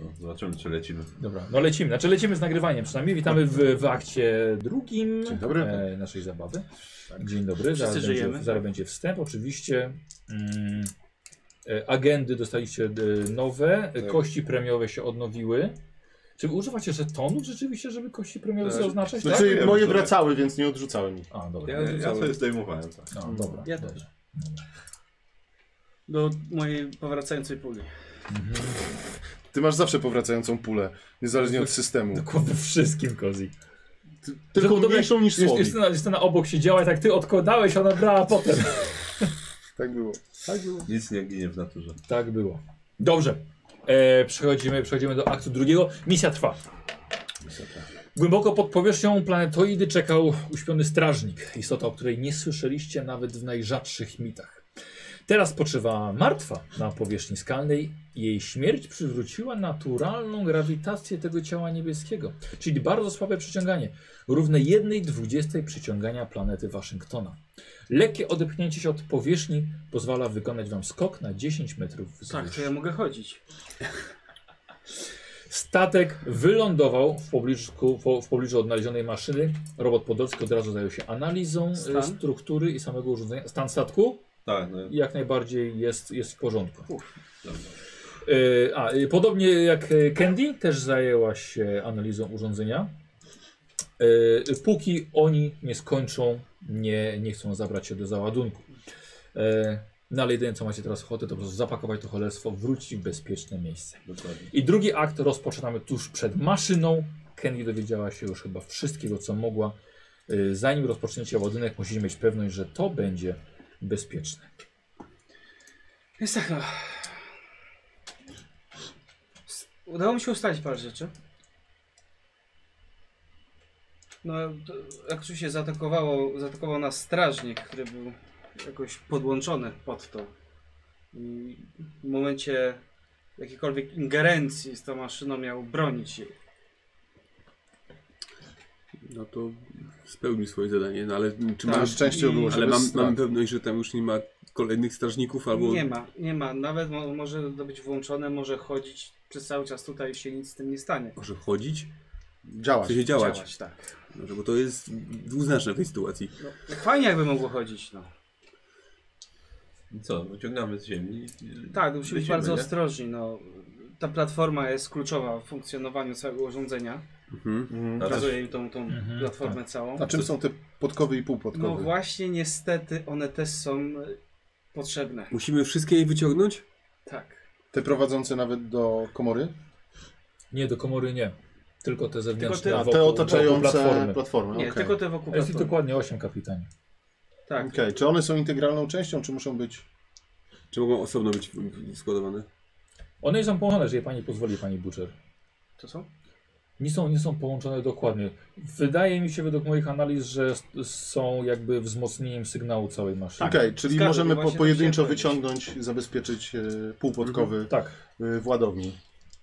No, zobaczymy, czy lecimy. Dobra, no lecimy. Znaczy lecimy z nagrywaniem przynajmniej. Witamy w, w akcie drugim Dzień dobry. e, naszej zabawy. Dzień dobry, Wszyscy zaraz będzie, żyjemy. zaraz będzie wstęp oczywiście. Mm, e, agendy dostaliście e, nowe, e, Tak. kości premiowe się odnowiły. Czy wy używacie żetonów rzeczywiście, żeby kości premiowe Tak. sobie oznaczać? No, Tak? ja Znaczy, moje wiem, że- wracały, więc nie odrzucałem ich. A, dobra. Ja, ja sobie zdejmowałem, tak. No, dobra. Ja dobra. też. Do mojej powracającej puli. Ty masz zawsze powracającą pulę, niezależnie od systemu. Dokładnie wszystkim kozi. Tylko Żeby- mniejszą niż Jest, słowik. jest, na, jest na obok siedziała i tak ty odkładałeś, ona brała potem. Tak było. Tak było. Nic nie ginie w naturze. Tak było. Dobrze. E, przechodzimy, przechodzimy do aktu drugiego. Misja trwa. Głęboko pod powierzchnią planetoidy czekał uśpiony strażnik, istota, o której nie słyszeliście nawet w najrzadszych mitach. Teraz spoczywa martwa na powierzchni skalnej. Jej śmierć przywróciła naturalną grawitację tego ciała niebieskiego, czyli bardzo słabe przyciąganie, równe 1,20 przyciągania planety Waszyngtona. Lekkie odepchnięcie się od powierzchni pozwala wykonać Wam skok na 10 metrów Tak, wzwyż. to ja mogę chodzić. Statek wylądował w pobliżu, w- w pobliżu odnalezionej maszyny. Robot Podolski od razu zajął się analizą e, Stan? struktury i samego urządzenia. Stan statku Tak, no. jak najbardziej jest, jest w porządku. Dobra. E, a, e, podobnie jak e, Candy też zajęła się analizą urządzenia. E, póki oni nie skończą, nie, nie chcą zabrać się do załadunku. E, no ale jedyne co macie teraz ochotę, to po prostu zapakować to cholerstwo, wrócić w bezpieczne miejsce. Dokładnie. I drugi akt rozpoczynamy tuż przed maszyną. Kenny dowiedziała się już chyba wszystkiego, co mogła. Y, Zanim rozpoczniecie ładunek, musicie mieć pewność, że to będzie bezpieczne. Jest tak, no. S- Udało mi się ustalić parę rzeczy. No, to, jak tu się zaatakowało, zaatakował nas strażnik, który był jakoś podłączony pod to. I w momencie jakiejkolwiek ingerencji z tą maszyną miał bronić jej. No to spełnił swoje zadanie, no ale czy Tak. Na masz... szczęście i- było, że Mm, Ale bez mam, strat. mam pewność, że tam już nie ma kolejnych strażników albo... Nie ma, nie ma. Nawet mo może to być włączone, może chodzić przez cały czas tutaj i się nic z tym nie stanie. Może chodzić? Działać. Chce się działać. tak. Dobrze, bo to jest dwuznaczne w tej sytuacji. No, fajnie jakby mogło chodzić, no. I co, wyciągamy z ziemi. i- Tak, musimy być lecimy, bardzo nie? ostrożni, no. Ta platforma jest kluczowa w funkcjonowaniu całego urządzenia. Mhm. Mm. A Pokazuję im tą, tą Mhm, platformę całą. A czym są te podkowy i No półpodkowy? właśnie, niestety one też są e, potrzebne. Musimy wszystkie je wyciągnąć? Tak. te prowadzące nawet do komory? Nie, do komory nie. Tylko te zewnętrzne. Tylko te- A wokół- te wokół otaczające platformy. platformy. platformy. Nie, okej. tylko te wokół Jest ich platformy. dokładnie 8 kapitanie. Tak. Okej, Czy one są integralną częścią, czy muszą być... Czy mogą osobno być składowane? One nie są połączone, jeżeli pani pozwoli, pani Butcher. To są? Nie są, nie są połączone dokładnie. Wydaje mi się według moich analiz, że s- są jakby wzmocnieniem sygnału całej maszyny. Okej, czyli Zgadzam, możemy po, właśnie tak pojedynczo chciałem wyciągnąć, zabezpieczyć e, półpodkowy Tak, e, w ładowni.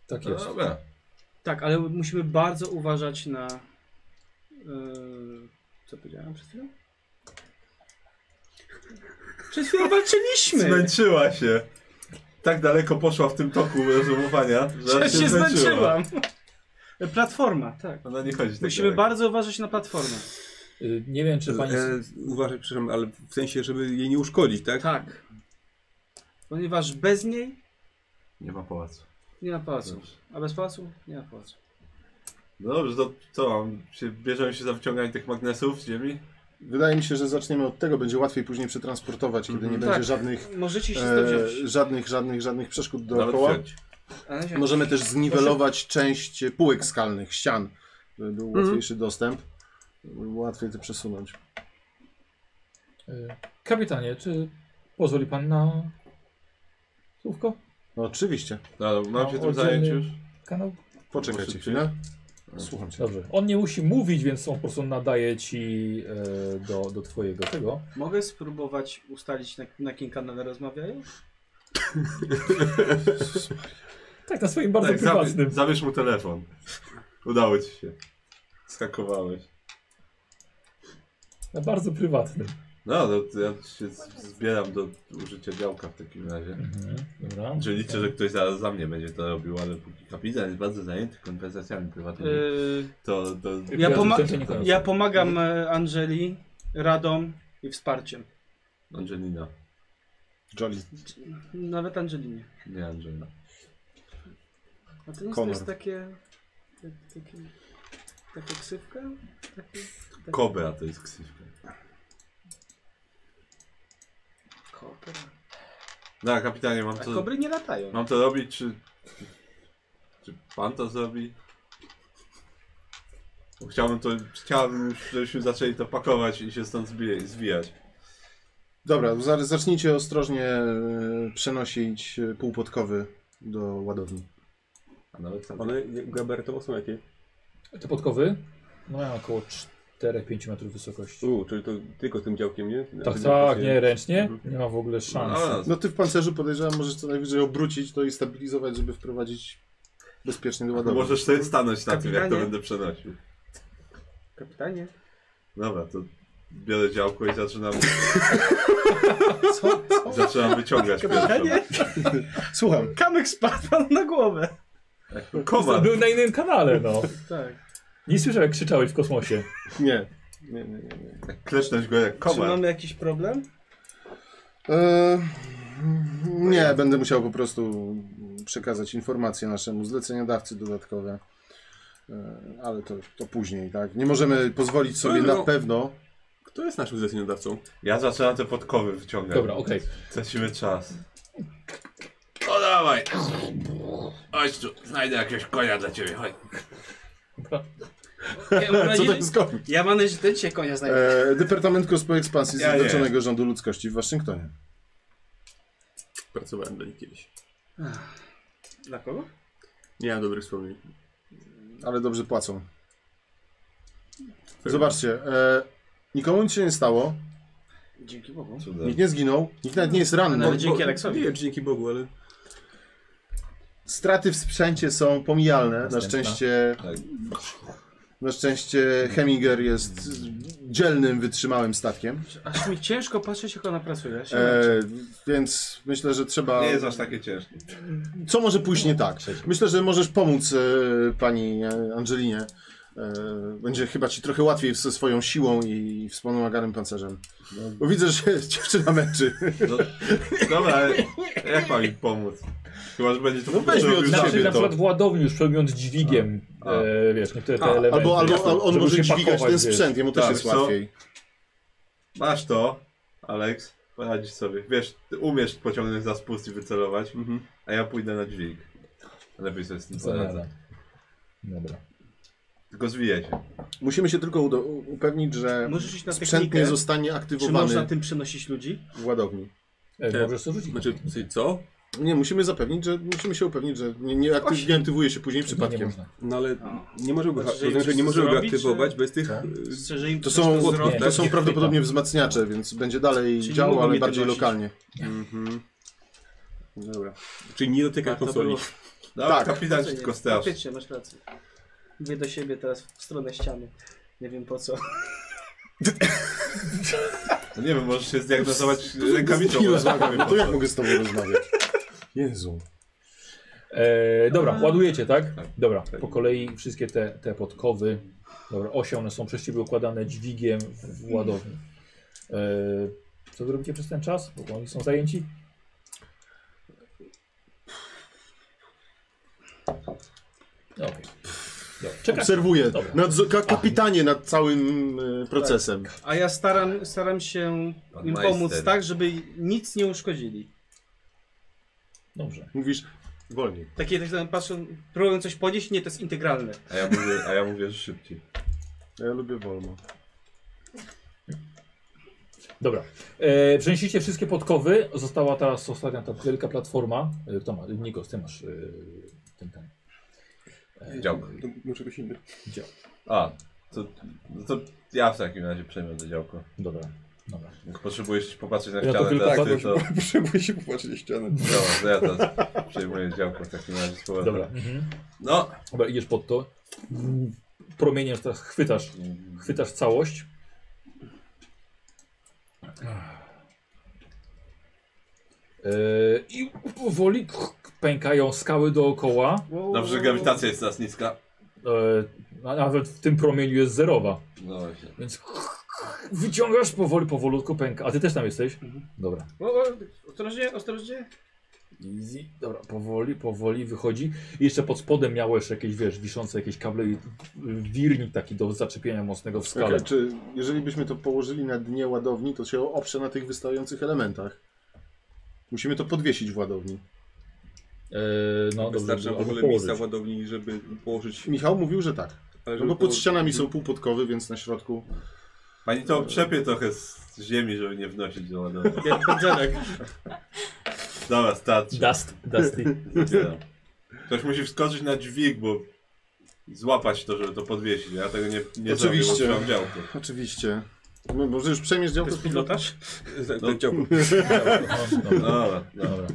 tak No, jest. dobra. Tak, ale musimy bardzo uważać na... e, co powiedziałem przed chwilą? Przed chwilą walczyliśmy! Zmęczyła się. Tak daleko poszła w tym toku rozumowania, że Ja się zmęczyła. zmęczyłam! Platforma, tak. Ona nie chodzi tak Musimy daleko. bardzo uważać na platformę. Y, Nie wiem, czy pani. E, uważaj, przepraszam, ale w sensie, żeby jej nie uszkodzić, tak? Tak. Ponieważ bez niej Nie ma pałacu. nie ma pałacu. Dobrze. A bez pałacu nie ma pałacu. No dobrze, to co mam? Się, bierzemy się za wyciąganie tych magnesów z ziemi? Wydaje mi się, że zaczniemy od tego, będzie łatwiej później przetransportować, kiedy nie Mhm. będzie Tak. żadnych, Możecie się stąd e, wziąć. żadnych, żadnych, żadnych przeszkód Nawet dookoła. wziąć. Ale się- Możemy też zniwelować część półek skalnych, ścian, żeby był łatwiejszy dostęp. żeby było Łatwiej to przesunąć. Y, Kapitanie, czy pozwoli pan na słówko? No oczywiście. No, mam No, się tym oddzielny- zająć już? Kanał? Poczekajcie Szybciej. chwilę. Słucham cię. Dobrze. On nie musi mówić, więc on po prostu nadaje ci e, do, do twojego tego. Mogę spróbować ustalić na, na jakim kanale rozmawiają? Tak, na swoim bardzo tak, prywatnym. zabierz, zabierz mu telefon. Udało ci się. Skakowałeś. Na bardzo prywatnym. No, to to ja się z- zbieram do użycia działka w takim razie. Mhm, dobra. Że liczę, że ktoś zaraz za mnie będzie to robił, ale póki kapitan jest bardzo zajęty konwersacjami prywatnymi, Yy, to, to... ja, Ja poma- to- to nie kojarzę. ja pomagam e, Angeli radą i wsparciem. Angelina. Jolly. Nawet Angelinie. Nie Angelina. A to jest, to Konor. jest takie... tak- Takie, takie ksywka? Takie, tak- Kobra to jest ksywka. kobra. No, kapitanie, mam A to... No. kobry nie latają. Mam to robić, czy... Czy pan to zrobi? Bo Chciałbym to... Chciałbym, już, żebyśmy zaczęli to pakować i się stąd zbije, zwijać. Dobra, za- zacznijcie ostrożnie e, przenosić e, półpodkowy do ładowni. A nawet tam... One nie- gabarytowo są jakie? Te podkowy mają około 4-5 metrów wysokości. U, czyli to tylko tym działkiem, nie? Mhm. Na Tak, tym tak, się- nie, ręcznie. Nie ma w ogóle szans. A, No ty w pancerzu podejrzewam, możesz co najwyżej obrócić to i stabilizować, żeby wprowadzić bezpiecznie do no ładowni. możesz sobie stanąć na tym, jak to Kapitanie. będę przenosił. Kapitanie. Dobra, to biorę działko i zaczynam. Zaczynam wyciągać pierwszą. Kapitanie. Słucham. Kamyk spadł panu na głowę. Komar! Był na innym kanale, no. Tak. Nie słyszałem, jak krzyczałeś w kosmosie. Nie. Nie, nie, nie. nie. Klecznąć go jak Czy komar. mamy jakiś problem? E, nie, będę musiał po prostu przekazać informacje naszemu zleceniodawcy dodatkowe. E, ale to, to później, tak? Nie możemy pozwolić sobie No, na pewno. Kto jest naszym zleceniodawcą? Ja zaczynam te podkowy wyciągać. Dobra, okej. Tracimy czas. O dawaj! Chodź tu, znajdę jakiegoś konia dla ciebie, chodź. Ja mam Co to nadzieję, jest gość? ja mam nadzieję że ty cię konia znajdziesz. E, Departament Kospo Ekspansji Ja nie. Zjednoczonego Rządu Ludzkości w Waszyngtonie. Pracowałem dla nich kiedyś. Dla kogo? Nie mam dobrych wspomnień. Ale dobrze płacą. Zobaczcie, e, nikomu nic się nie stało, Dzięki Bogu. nikt nie zginął, nikt nawet nie jest ranny. Nawet No, dzięki Aleksowi. Nie wiem, czy dzięki Bogu, ale... Straty w sprzęcie są pomijalne. Na Następna. szczęście. Tak. Na szczęście Heminger jest dzielnym, wytrzymałym statkiem. Aż mi ciężko patrzeć, jak ona pracuje. Ja się męczę. E, więc myślę, że trzeba. Nie jest aż takie ciężkie. Co może pójść nie tak? Myślę, że możesz pomóc e, pani e, Angelinie. E, będzie chyba ci trochę łatwiej ze swoją siłą i wspomaganym pancerzem. No. Bo widzę, że dziewczyna męczy. No, dobra, ale jak mam im pomóc? Chyba, że będzie to no weźmie od Znaczy, Na, Dla przy- siebie na to. przykład w ładowni już przebiąć dźwigiem, A. e, wiesz, niektóre te A, elementy. albo albo, albo on żeby może się dźwigać pakować, ten wiesz. sprzęt, jemu też Tak, jest co? łatwiej. Masz to, Aleks, poradzisz sobie. Wiesz, ty umiesz pociągnąć za spust i wycelować, a ja pójdę na dźwig. Lepiej sobie z tym poradzę. Mhm. Zamiana. Dobra. Tylko zwijaj się. Musimy się tylko udo- upewnić, że Możesz iść na sprzęt nie technikę. zostanie Czy można aktywowany tym przenosić ludzi? w ładowni. E, możesz to rzucić. Znaczy, co? Nie, musimy zapewnić, że musimy się upewnić, że nie, nie, aktyw, nie aktywuje się później nie, nie przypadkiem. można. No ale nie może go, Znaczy, że rozumiem, że nie coś może go zrobić, aktywować czy- bez tych... Tak. y, Szczerze, że im To ktoś są, to zrobi, nie, to są prawdopodobnie wzmacniacze, więc będzie dalej Czyli nie działał, mogą ale mnie bardziej wynosić. lokalnie. Mhm. Dobra. Czyli nie dotyka Tak, to konsoli. było. Dobra, Tak. No, kapitan się tylko strasz. Faktycznie, masz rację. Idę do siebie teraz w stronę ściany. Nie wiem po co. No nie wiem, możesz się zdiagnozować rękawicą. Chwilę, bo- no to jak mogę z tobą rozmawiać? Jezu. E, dobra, ładujecie, tak? Tak. Dobra, po kolei wszystkie te, te podkowy. Dobra, osie one są przez ciebie układane dźwigiem w, w ładowni. E, co wy robicie przez ten czas? Bo oni są zajęci. Okej. Dobra, Czekacie. Obserwuję. Dobra. Nadzo- ka- kapitanie nad całym e, procesem. A ja staram, staram się Pan im majster. pomóc tak, żeby nic nie uszkodzili. Dobrze. Mówisz wolniej. Takie tak tam patrzą, próbują coś podnieść, nie, to jest integralne. A ja mówię, a ja mówię że szybciej. Ja lubię wolno. Dobra. E, przenieśliście wszystkie podkowy. Została teraz ostatnia ta wielka platforma. E, kto ma? Nikos, ty masz e, ten, ten. Działko. To muszę ktoś inny. Dział. A, to, no to ja w takim razie przejmę to działko. Dobra. Dobra. Jak potrzebujesz popatrzeć na Ja to ścianę tylko teraz, tak, ty, to, to, Potrzebuję się popatrzeć na ścianę. to ja teraz przejmuję działko w takim razie z powrotem. Dobra. Mhm. No, Dobra, idziesz pod to. Promieniem teraz chwytasz, chwytasz całość. E, I powoli pękają skały dookoła. Dobrze, że grawitacja jest teraz niska. E, a nawet w tym promieniu jest zerowa. No właśnie. Więc wyciągasz powoli, powolutku pęka. A ty też tam jesteś? Mhm. Dobra. O, o, ostrożnie, ostrożnie. Easy. Dobra, powoli, powoli wychodzi. I jeszcze pod spodem miało jeszcze jakieś, wiesz, wiszące jakieś kable i y, wirnik taki do zaczepienia mocnego w skale. Czekaj, czy jeżeli byśmy to położyli na dnie ładowni, to się oprze na tych wystających elementach. Musimy to podwiesić w ładowni. E, no, dobrze, Wystarcza w albo ogóle położyć. miejsca w ładowni, żeby położyć... Michał mówił, że tak. ale No żeby bo pod położyć- ścianami są półpodkowy, więc na środku. Pani to przepie trochę z ziemi, żeby nie wnosić do ładowania. Jak pędzelek. Dobra, starczy. Dust, dusty. Tak. Zabieram. Ktoś musi wskoczyć na dźwig, bo złapać to, żeby to podwiesić. Ja tego nie, nie Oczywiście. zrobię, bo trzymam działko. Oczywiście. No, może już przemierz To działko jest pilotaż? Tak, tak, działku. O, dobra. Dobra, no. Dobra.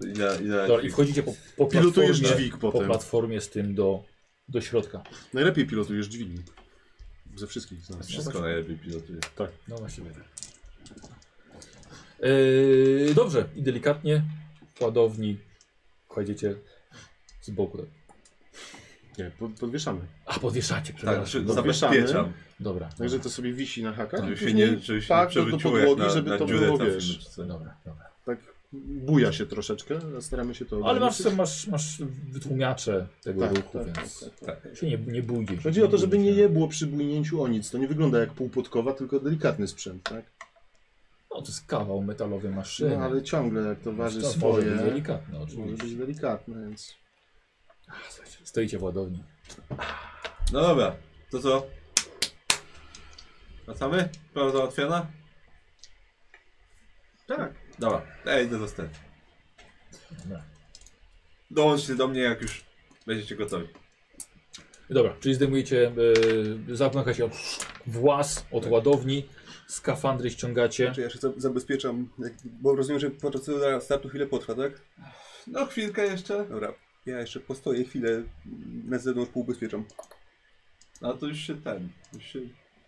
Idę, idę na Dobra, i dźwig. wchodzicie po, po Pilotujesz platformie, dźwig po potem. platformie z tym do, do środka. Najlepiej pilotujesz dźwigni. Ze wszystkich z nas. Wszystko najlepiej pilotuje. No właściwie tak. Yy, dobrze, i delikatnie w ładowni kładziecie z boku. tak. Nie, pod, podwieszamy. A, podwieszacie, Tak, przepraszam. czy dobra, zabezpieczam, dobra, znaczy- Także to sobie wisi na hakach. żeby i się Tak, później nie, żeby się nie tak, do, do przewróciło jak podłogi, na, żeby na to dziurę było, trafimy, wiesz, czy coś. dobra, dobra. tak buja się troszeczkę, a staramy się to Ale masz, ograniczyć. masz, masz wytłumiacze tego Tak, ruchu, tak, więc tak, się nie, nie bójcie. się, Chodzi o to, żeby nie bójcie. jebło przy bujnięciu o nic. To nie wygląda jak półpodkowa, tylko delikatny sprzęt, tak? No to jest kawał metalowy maszyny. No, ale ciągle jak to waży To może swoje, być delikatne może oczywiście. być delikatne, więc... A, słuchajcie, Stoicie w ładowni. No dobra, to co? Wracamy? Sprawa załatwiona? Tak. Dobra, Znaczy, ja idę do sterty. No. Dobra. Dołączcie do mnie, jak już będziecie gotowi. Dobra, czyli zdejmujecie, yy, zapycha się włas od ładowni, skafandry ściągacie. Znaczy ja się za- zabezpieczam, jak, bo rozumiem, że procedura startu chwilę potrwa, tak? No chwilkę jeszcze. Dobra. Ja jeszcze postoję chwilę, na zewnątrz poubezpieczam. No to już się ten, już się...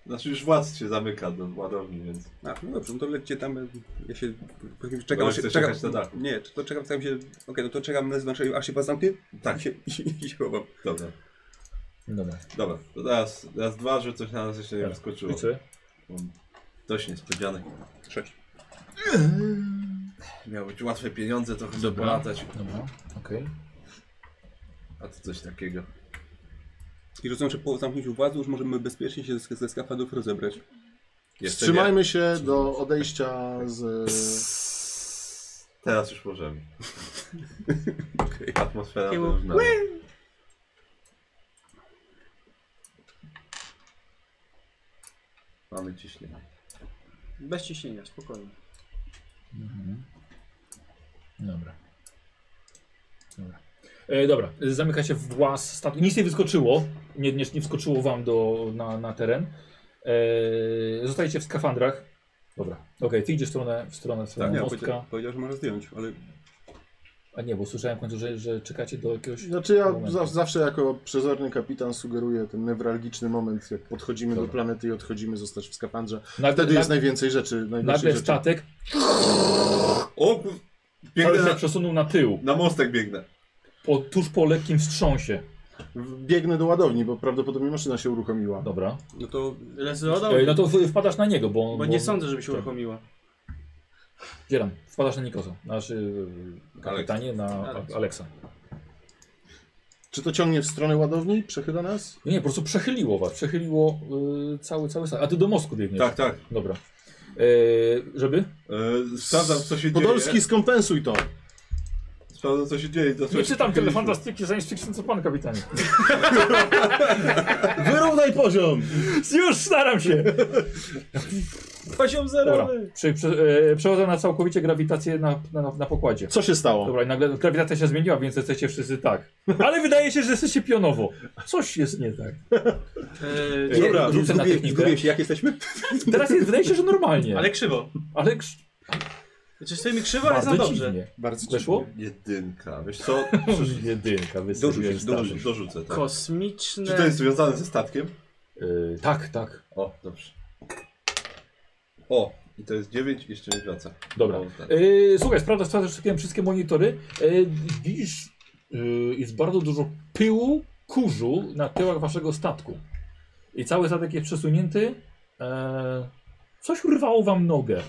Znaczy już władz się zamyka do ładowni, więc... A, no dobrze, no to lećcie tam, ja się czekam, Dobra, aż się, chcesz czekam, jechać na dach. nie, to czekam, tam się, okej, no to czekam na zewnątrz, aż się was zamknie Tak. i się, i, i się chowam. Dobra, Dobra, dobra. To teraz, teraz dwa, że coś na nas jeszcze nie Dobra. wyskoczyło. liczy. Mam Dość niespodzianek. Eee, Sześć. Miało być łatwe pieniądze, trochę sobie Dobra. polatać, Dobra, okej. a to coś takiego. I rozumiem, że po zamknięciu władzy już możemy bezpiecznie się ze, ze skafandrów rozebrać. Jeszcze Wstrzymajmy się do odejścia z... nie. Teraz już możemy. Atmosfera Takie wyrównana. Mamy ciśnienie. Bez ciśnienia, spokojnie. Dobra. Dobra. E, dobra, zamyka się w głaz statku. Nic nie wyskoczyło, nie, nie, nie wskoczyło wam do, na, na teren. E, zostajecie w skafandrach. Dobra, okej, ty idziesz w stronę, w stronę, w stronę nie, mostka. powiedział, powiedział, że można zdjąć, ale A nie, bo słyszałem w końcu, że, że czekacie do jakiegoś... Znaczy ja Moment. za, zawsze jako przezorny kapitan sugeruję ten newralgiczny moment, jak podchodzimy do Dobra. planety i odchodzimy, zostać w skafandrze. Nagle, Wtedy jest najwięcej rzeczy, najwięcej nagle rzeczy. statek O kur... cały Biegnę się na, przesunął na tył, na mostek biegnę. po, tuż po lekkim wstrząsie. Biegnę do ładowni, bo prawdopodobnie maszyna się uruchomiła. Dobra. no to Lezy dodał, E, no to w- wpadasz na niego, bo... bo nie sądzę, żeby się tak. uruchomiła. Dzielam, wpadasz na Nikosa, znaczy yy, kapitanie, na Aleks. A- Aleksa. Czy to ciągnie w stronę ładowni? Przechyla nas? No Nie, nie, po prostu przechyliło was, przechyliło yy, cały, cały statek. A ty do mostku biegniesz. Tak, tak. Dobra. Yy, żeby? E, sprawdzam co się Podolski, dzieje. skompensuj to! Sprawdzam co się dzieje. To Nie coś- czytam tyle fantastyki science fiction, co pan kapitanie. Wyrównaj poziom! Już staram się! Poziom Dobra, zerowy! prze, prze, yy, przechodzę na całkowicie grawitację na, na, na pokładzie. Co się stało? Dobra, i nagle grawitacja się zmieniła, więc jesteście wszyscy tak. Ale wydaje się, że jesteście pionowo. Coś jest nie tak. E, Dobra, nie, Dobra, rzucę na zgubię, technikę. zgubię się, jak jesteśmy? Teraz jest, wydaje się, że normalnie. Ale, ale krzywo. ale Znaczy stoimy krzywo, ale za bardzo dobrze. dziwnie. Bardzo Weszło? Jedynka. Wiesz co? Jedynka, Dorzuć, wystarczy. Dorzu- Dorzucę, tak. Kosmiczne. Czy to jest związane ze statkiem? Yy, tak, tak. O, dobrze. O, I to jest 9 i jeszcze nie wraca. Dobra. O, E, tak. Yy, słuchaj, sprawdzasz sprawdzasz wszystkie, wszystkie monitory. Yy, widzisz, yy, jest bardzo dużo pyłu, kurzu na tyłach waszego statku. I cały statek jest przesunięty. Yy, coś urwało wam nogę.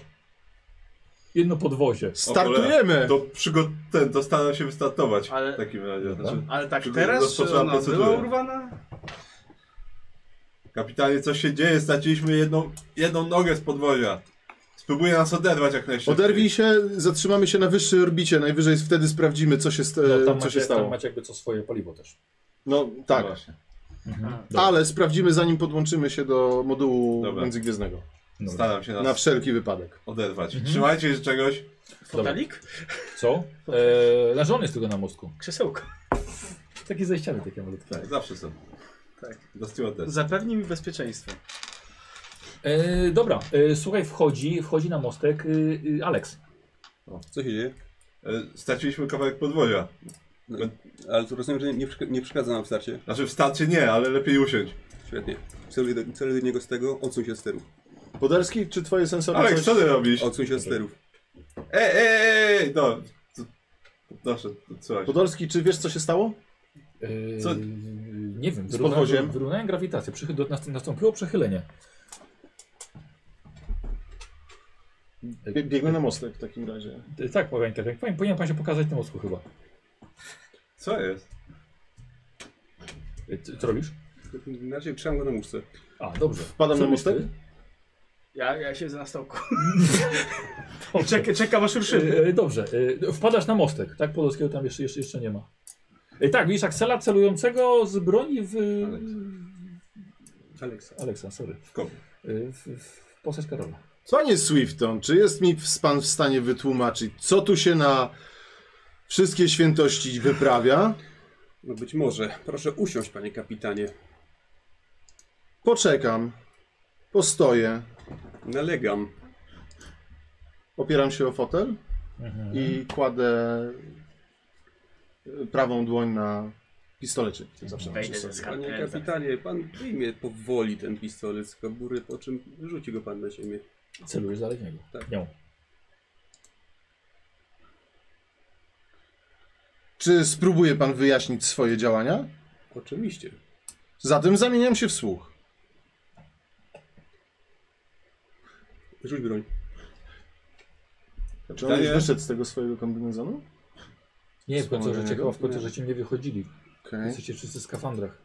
Jedno podwozie. Startujemy! To przygo... ten, to staram się wystartować Ale- w takim razie. Znaczy, Ale tak Czy teraz, czy rozpoczęła ona procedurę? była urwana? kapitanie, co się dzieje? Straciliśmy jedną, jedną nogę z podwozia. Spróbuję nas oderwać jak najszybciej. Oderwij się, zatrzymamy się na wyższej orbicie, najwyżej wtedy sprawdzimy, co się, st- No, tam, co macie, się tam stało. macie jakby co swoje paliwo też. No tak, Właśnie. Dobra. ale sprawdzimy zanim podłączymy się do modułu Dobra. międzygwiezdnego. Dobra. Staram się nas Na wszelki wypadek. oderwać. Trzymajcie się czegoś. Fotelik? Co? Yy, leży on jest tylko na mostku. Krzesełko. Takie ze ściany takie malutkie. Tak, zawsze są. Tak. Do stewardess. Zapewnij mi bezpieczeństwo. E, dobra, e, słuchaj, wchodzi, wchodzi na mostek yy, yy, Alex. Co się dzieje? E, Straciliśmy kawałek podwozia. Ale to rozumiem, że nie, przeszk- nie przeszkadza nam w starcie. Znaczy w starcie nie, ale lepiej usiąść. Świetnie. Celuję do, celuję do niego z tego, odsuń się z sterów. Poderski, czy twoje sensory Aleks, No coś... co ty robisz? Odsuń się z sterów. Ej, ej, ej, no. Co- Proszę, słuchaj. Podolski, czy wiesz co się stało? E, Co? Nie wiem, Z wyrównałem- podwoziem? wyrównałem grawitację. Przychy, do, nast- nastąpiło przechylenie. Bie- Biegnę na mostek w takim razie. E, Tak, powiem, tak, tak. Powinien, powinien pan się pokazać na mostku chyba. Co jest? E, ty- Co robisz? Inaczej trzymam go na muszce. A, dobrze. Wpadam Co na robisz mostek? ty? Ja, ja siedzę na stołku. Dobrze. Czeka, czekam aż ruszymy. E, e, Dobrze, e, wpadasz na mostek, tak? Podolskiego tam jeszcze, jeszcze, jeszcze nie ma. E, Tak, widzisz Aksela celującego z broni w... Aleksa. Aleksa, sorry. W kogo? W, w postać Karola. Panie Swifton, czy jest mi w- pan w stanie wytłumaczyć, co tu się na wszystkie świętości wyprawia? No być może. Proszę usiąść, panie kapitanie. Poczekam, postoję, Nalegam. opieram się o fotel Mhm. i kładę y, prawą dłoń na pistolecie. jak Zawsze mam przy Wejdę ze sobie. Panie Skarpetę. kapitanie, pan wyjmie powoli ten pistolet z kabury, po czym rzuci go pan na ziemię. Celujesz zalegniego. Tak. Nią. Czy spróbuje pan wyjaśnić swoje działania? Oczywiście. Zatem zamieniam się w słuch. Rzuć broń. Czy on już Pytanie- wyszedł z tego swojego kombinezonu? Nie, w końcu, że Wspomnianego? ciekawe, w końcu, Nie. że ci nie wychodzili. Okej. Jesteście wszyscy w skafandrach.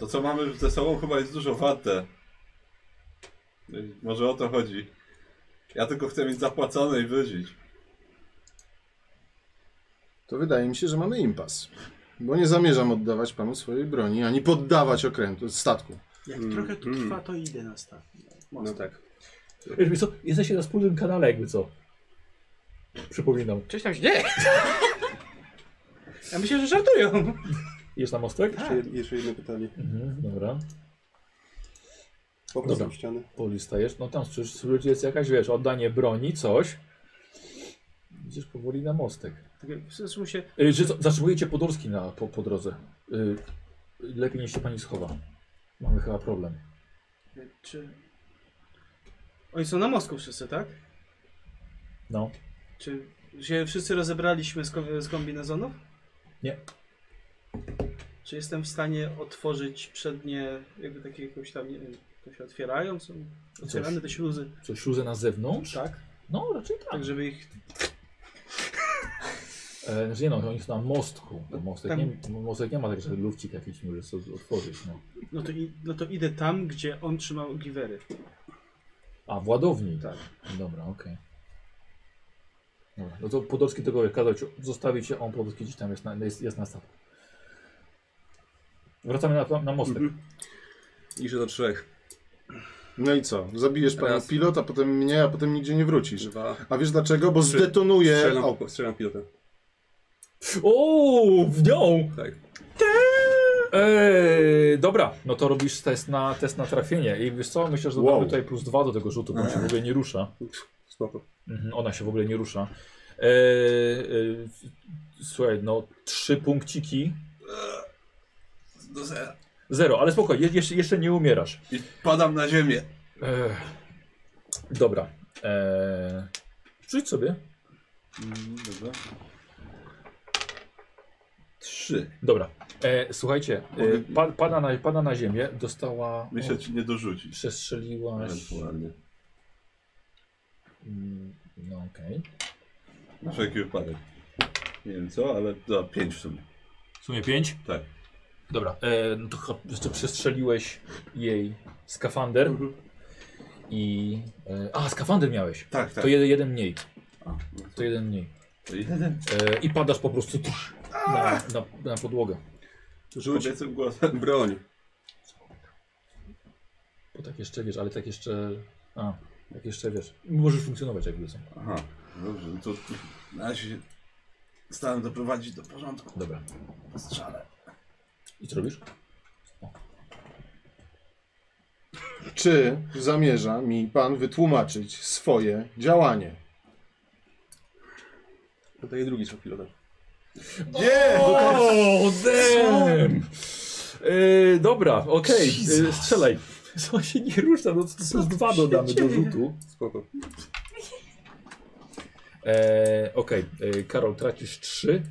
To co mamy ze sobą chyba jest dużo warte. Może o to chodzi. Ja tylko chcę mieć zapłacone i wrócić. To wydaje mi się, że mamy impas. Bo nie zamierzam oddawać panu swojej broni, ani poddawać okrętu, statku. Jak Mm, trochę tu mm. trwa, to idę na staw. No tak. Yy, Wiesz, wiesz co, jesteście na wspólnym kanale jakby co. Przypominam. Coś tam się dzieje. Ja myślę, że żartują. Jest na mostek? Tak. Jeszcze, jed- jeszcze jedno pytanie. Mhm, dobra. Popatrz Dobra. na ścianę. Poli stajesz. No tam przecież słychać jest jakaś, wiesz, oddanie broni, coś. Idziesz powoli na mostek. Zresztą się... Y, Że co, zatrzymujecie Podolski na, po, po drodze. Y, lepiej niech się pani schowa. Mamy chyba problem. Czy... Oni są na mostku wszyscy, tak? No. Czy się wszyscy rozebraliśmy z, ko- z kombinezonów? Nie. Czy jestem w stanie otworzyć przednie, jakby takie jakąś tam, nie wiem, to się otwierają, są otwierane te śluzy, Coś śluzę na zewnątrz? tak? No, raczej tak. Tak, żeby ich... E, znaczy nie no, oni są na mostku. Bo mostek, Tam- nie, mostek nie ma tak, że lufcik jakiś może sobie otworzyć. No. No to, i, no to idę tam, gdzie on trzymał giwery. A, w ładowni. Tak. Dobra, okej. Dobra, no to Podolski tego kazał ci zostawić, a on Podolski gdzieś tam jest na, jest, jest na statku. Wracamy na, na mostek. Liczę do trzech. No i co? Zabijesz pana Raz. pilota, potem mnie, a potem nigdzie nie wrócisz. Dwa. A wiesz dlaczego? Bo Trzy. zdetonuje. Strzelam, O, strzelam pilota. O, w nią! Tak. Eee, dobra, no to robisz test na, test na trafienie. I wiesz co, myślę, że dodamy Wow. tutaj plus dwa do tego rzutu, bo on się w ogóle nie rusza. Spoko. Mhm, ona się w ogóle nie rusza. Eee, eee, słuchaj, no trzy punkciki. Do zera. Zero, ale spokojnie, je- jeszcze, jeszcze nie umierasz. I padam na ziemię. Eee, Dobra. Eee, rzuć sobie. Mm, Dobra. Trzy. Dobra. E, słuchajcie, e, pa, pada, na, pada na ziemię, dostała. Myślę, czy nie dorzucić. Przestrzeliłaś. Ewentualnie. Mm, No okej. Na wszelki wypadek. Nie wiem co, ale za pięć w sumie. W sumie 5? Tak. Dobra. E, no to chyba jeszcze przestrzeliłeś jej skafander. I. E, a, skafander miałeś. Tak, tak. To jeden, jeden mniej. A, no To jeden mniej. to jeden. E, I padasz po prostu tuż na, na, na podłogę. Rzuć Kobiecym głosem. broń. Bo tak jeszcze wiesz, ale tak jeszcze. A, tak jeszcze wiesz. Możesz funkcjonować jak są. Aha, dobrze, no to to na razie się staram doprowadzić do porządku. Dobra. Strzelę. I co robisz? Czy zamierza mi pan wytłumaczyć swoje działanie? Dodaję drugi strzał pilota. Nie! O, damn! Yy, dobra, okej, yy, strzelaj. Co się nie rusza, no to są dwa dodamy do rzutu. Spoko. E, okej, e, Karol, tracisz trzy,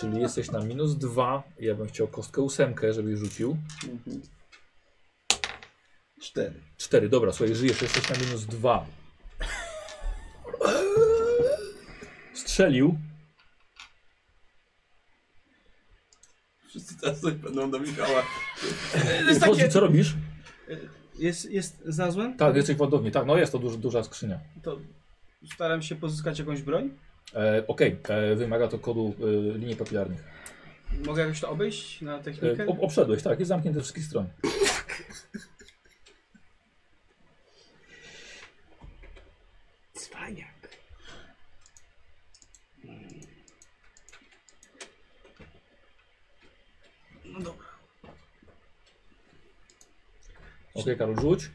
czyli jesteś na minus dwa. Ja bym chciał kostkę ósemkę, żebyś rzucił. Cztery. Cztery, dobra, słuchaj, żyjesz, jesteś na minus dwa. Strzelił. Wszyscy teraz coś będą do Michała. jest Chodzi, takie- co robisz? Jest, jest, znalazłem? Tak, jesteś w ładowni, tak, no jest to duż, duża skrzynia. To staram się pozyskać jakąś broń? E, Okej, e, wymaga to kodu e, linii papilarnych. Mogę jakoś to obejść na E, technikę? ob, obszedłeś, tak, jest zamknięte ze wszystkich stron. Cwaniak. No dobra. Okej, Karol, rzuć.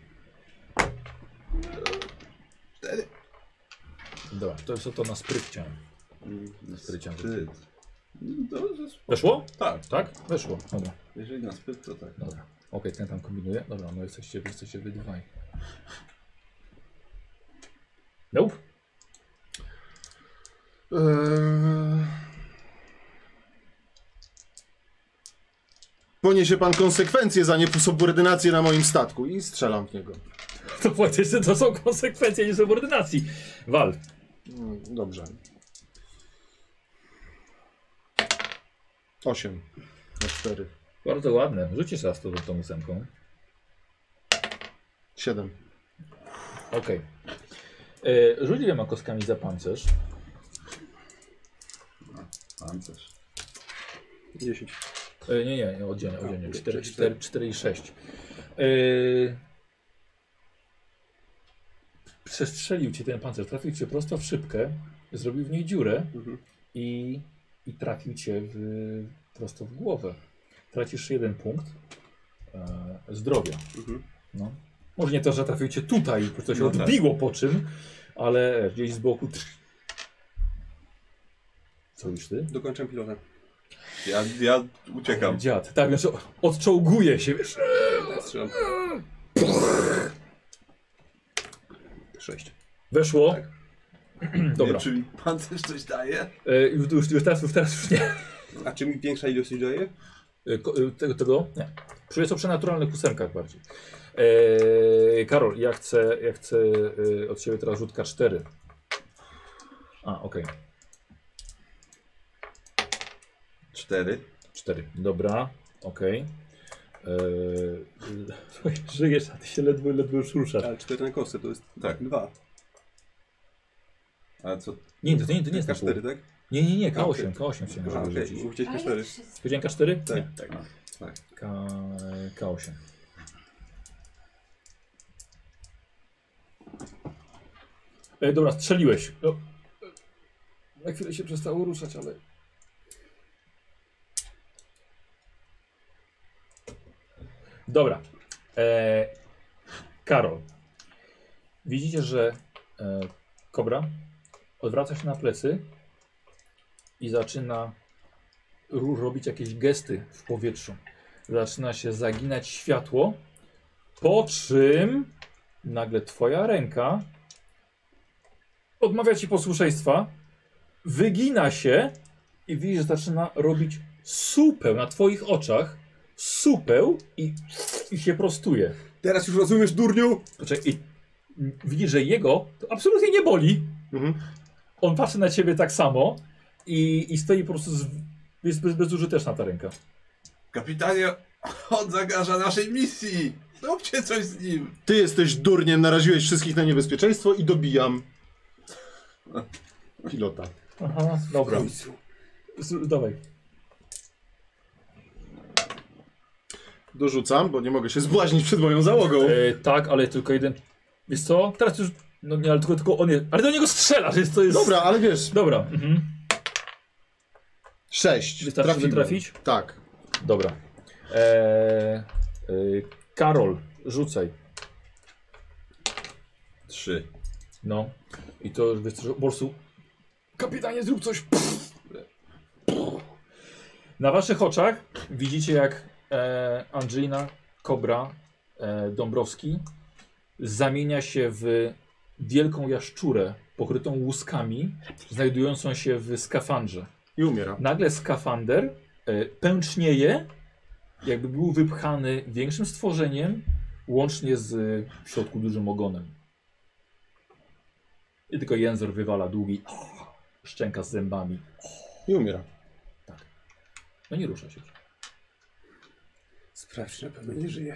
Dobra, to jest to na sprycie. Na sprycie. Ty. Mm, No Dobrze, spoko. Weszło? Tak, Tak? Weszło. Dobra, jeżeli na spyt, to tak. dobra. Okej, ten tam kombinuje. Dobra, no jesteście, jesteście wy dwaj. Nope. Eee... Poniesie pan konsekwencje za niesubordynację na moim statku i strzelam w niego. To faktycznie to są konsekwencje niesubordynacji. Wal. Mm, Dobrze. Osiem na cztery. Bardzo ładne. Rzucisz raz to tą ósemką. Siedem. Okej. Okay. Rzuć wieloma kostkami za pancerz. Pancerz. 10. E, nie, nie, nie, oddzielnie, oddzielnie. okej, 4, czyli 4, 4 i 6. Yy... Przestrzelił cię ten pancerz, trafił cię prosto w szybkę, zrobił w niej dziurę Mhm. i, i trafił cię w, prosto w głowę. Tracisz jeden punkt e, zdrowia. Mhm. No. Może nie to, że trafił cię tutaj, bo to się No tak. odbiło po czym, ale gdzieś z boku. Co już ty? Dokończam pilota. Ja, ja uciekam. Dziad, tak, znaczy odczołguje się, wiesz. Strzelam. 6. Weszło. Tak. Dobra. Nie, czy mi pancerz coś daje? E, już, już, już teraz, już teraz już nie. A czy mi większa ilość się daje? E, ko- e, tego, tego? Nie. Przy- Jest to przenaturalne w ósemkach bardziej. E, Karol, ja chcę, ja chcę e, od ciebie teraz rzutka 4. A, okej. Cztery. 4. Dobra, okej. E, Słuchaj, Żyjesz, a ty się ledwo, ledwo już ruszasz. Ale 4 na kostce to jest Tak. 2. A co? Nie, to, to nie, to nie jest na pół. K4, tak? Nie, nie, nie, A, okej. K8, K8 się A, może okej. wyrzucić. Okay. Chcieć Ale K4. to jest- Powiedziałem K4? Tak. Nie. Tak. tak. K, K8. E, dobra, strzeliłeś. No. Na chwilę się przestało ruszać, ale... Dobra. E, Karol. Widzicie, że e, kobra odwraca się na plecy i zaczyna ru- robić jakieś gesty w powietrzu. Zaczyna się zaginać światło, po czym nagle twoja ręka odmawia ci posłuszeństwa, wygina się i widzisz, że zaczyna robić supeł na twoich oczach, supeł i, i się prostuje. Teraz już rozumiesz, durniu? Poczekaj, i widzisz, że jego to absolutnie nie boli. Mhm. On patrzy na ciebie tak samo i, i stoi po prostu, z, jest bez, bezużyteczna ta ręka. Kapitanie, on zagraża naszej misji! Zróbcie coś z nim! Ty jesteś durniem, naraziłeś wszystkich na niebezpieczeństwo i dobijam pilota. Aha, dobra. Z, dawaj. Dorzucam, bo nie mogę się zbłaźnić przed moją załogą. E, tak, ale tylko jeden. Wiesz co? Teraz już. No nie, ale tylko, tylko on jest. Ale do niego strzelasz, jest to jest. Dobra, ale wiesz, Dobra. Mhm. sześć. Wystarczy, żeby Trafiłem. trafić? Tak. Dobra. E, e, Karol, rzucaj. Trzy. No. I to już wiesz, co, że po prostu. Kapitanie, zrób coś. Na waszych oczach widzicie, jak e, Angelina Kobra e, Dąbrowski zamienia się w wielką jaszczurę pokrytą łuskami, znajdującą się w skafandrze. I umiera. Nagle skafander e, pęcznieje, jakby był wypchany większym stworzeniem, łącznie z e, w środku dużym ogonem. I tylko jęzor wywala długi szczęka z zębami. I umiera. No nie rusza się. Sprawdź, na pewno nie żyje.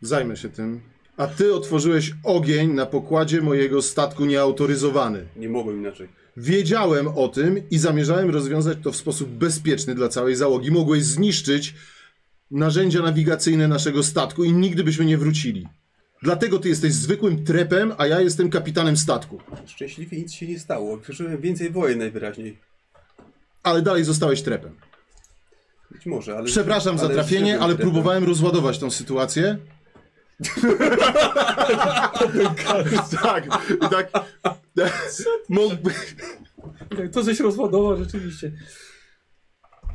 Zajmę się tym. A ty otworzyłeś ogień na pokładzie mojego statku nieautoryzowany. Nie mogłem inaczej. Wiedziałem o tym i zamierzałem rozwiązać to w sposób bezpieczny dla całej załogi. Mogłeś zniszczyć narzędzia nawigacyjne naszego statku i nigdy byśmy nie wrócili. Dlatego ty jesteś zwykłym trepem, a ja jestem kapitanem statku. Szczęśliwie nic się nie stało. Przeżyłem więcej wojen najwyraźniej. Ale dalej zostałeś trepem. Być może, ale... Przepraszam za ale trafienie, żyłem ale trepem. próbowałem rozładować tą sytuację. tak, tak. Mógłby... To coś rozładował rzeczywiście.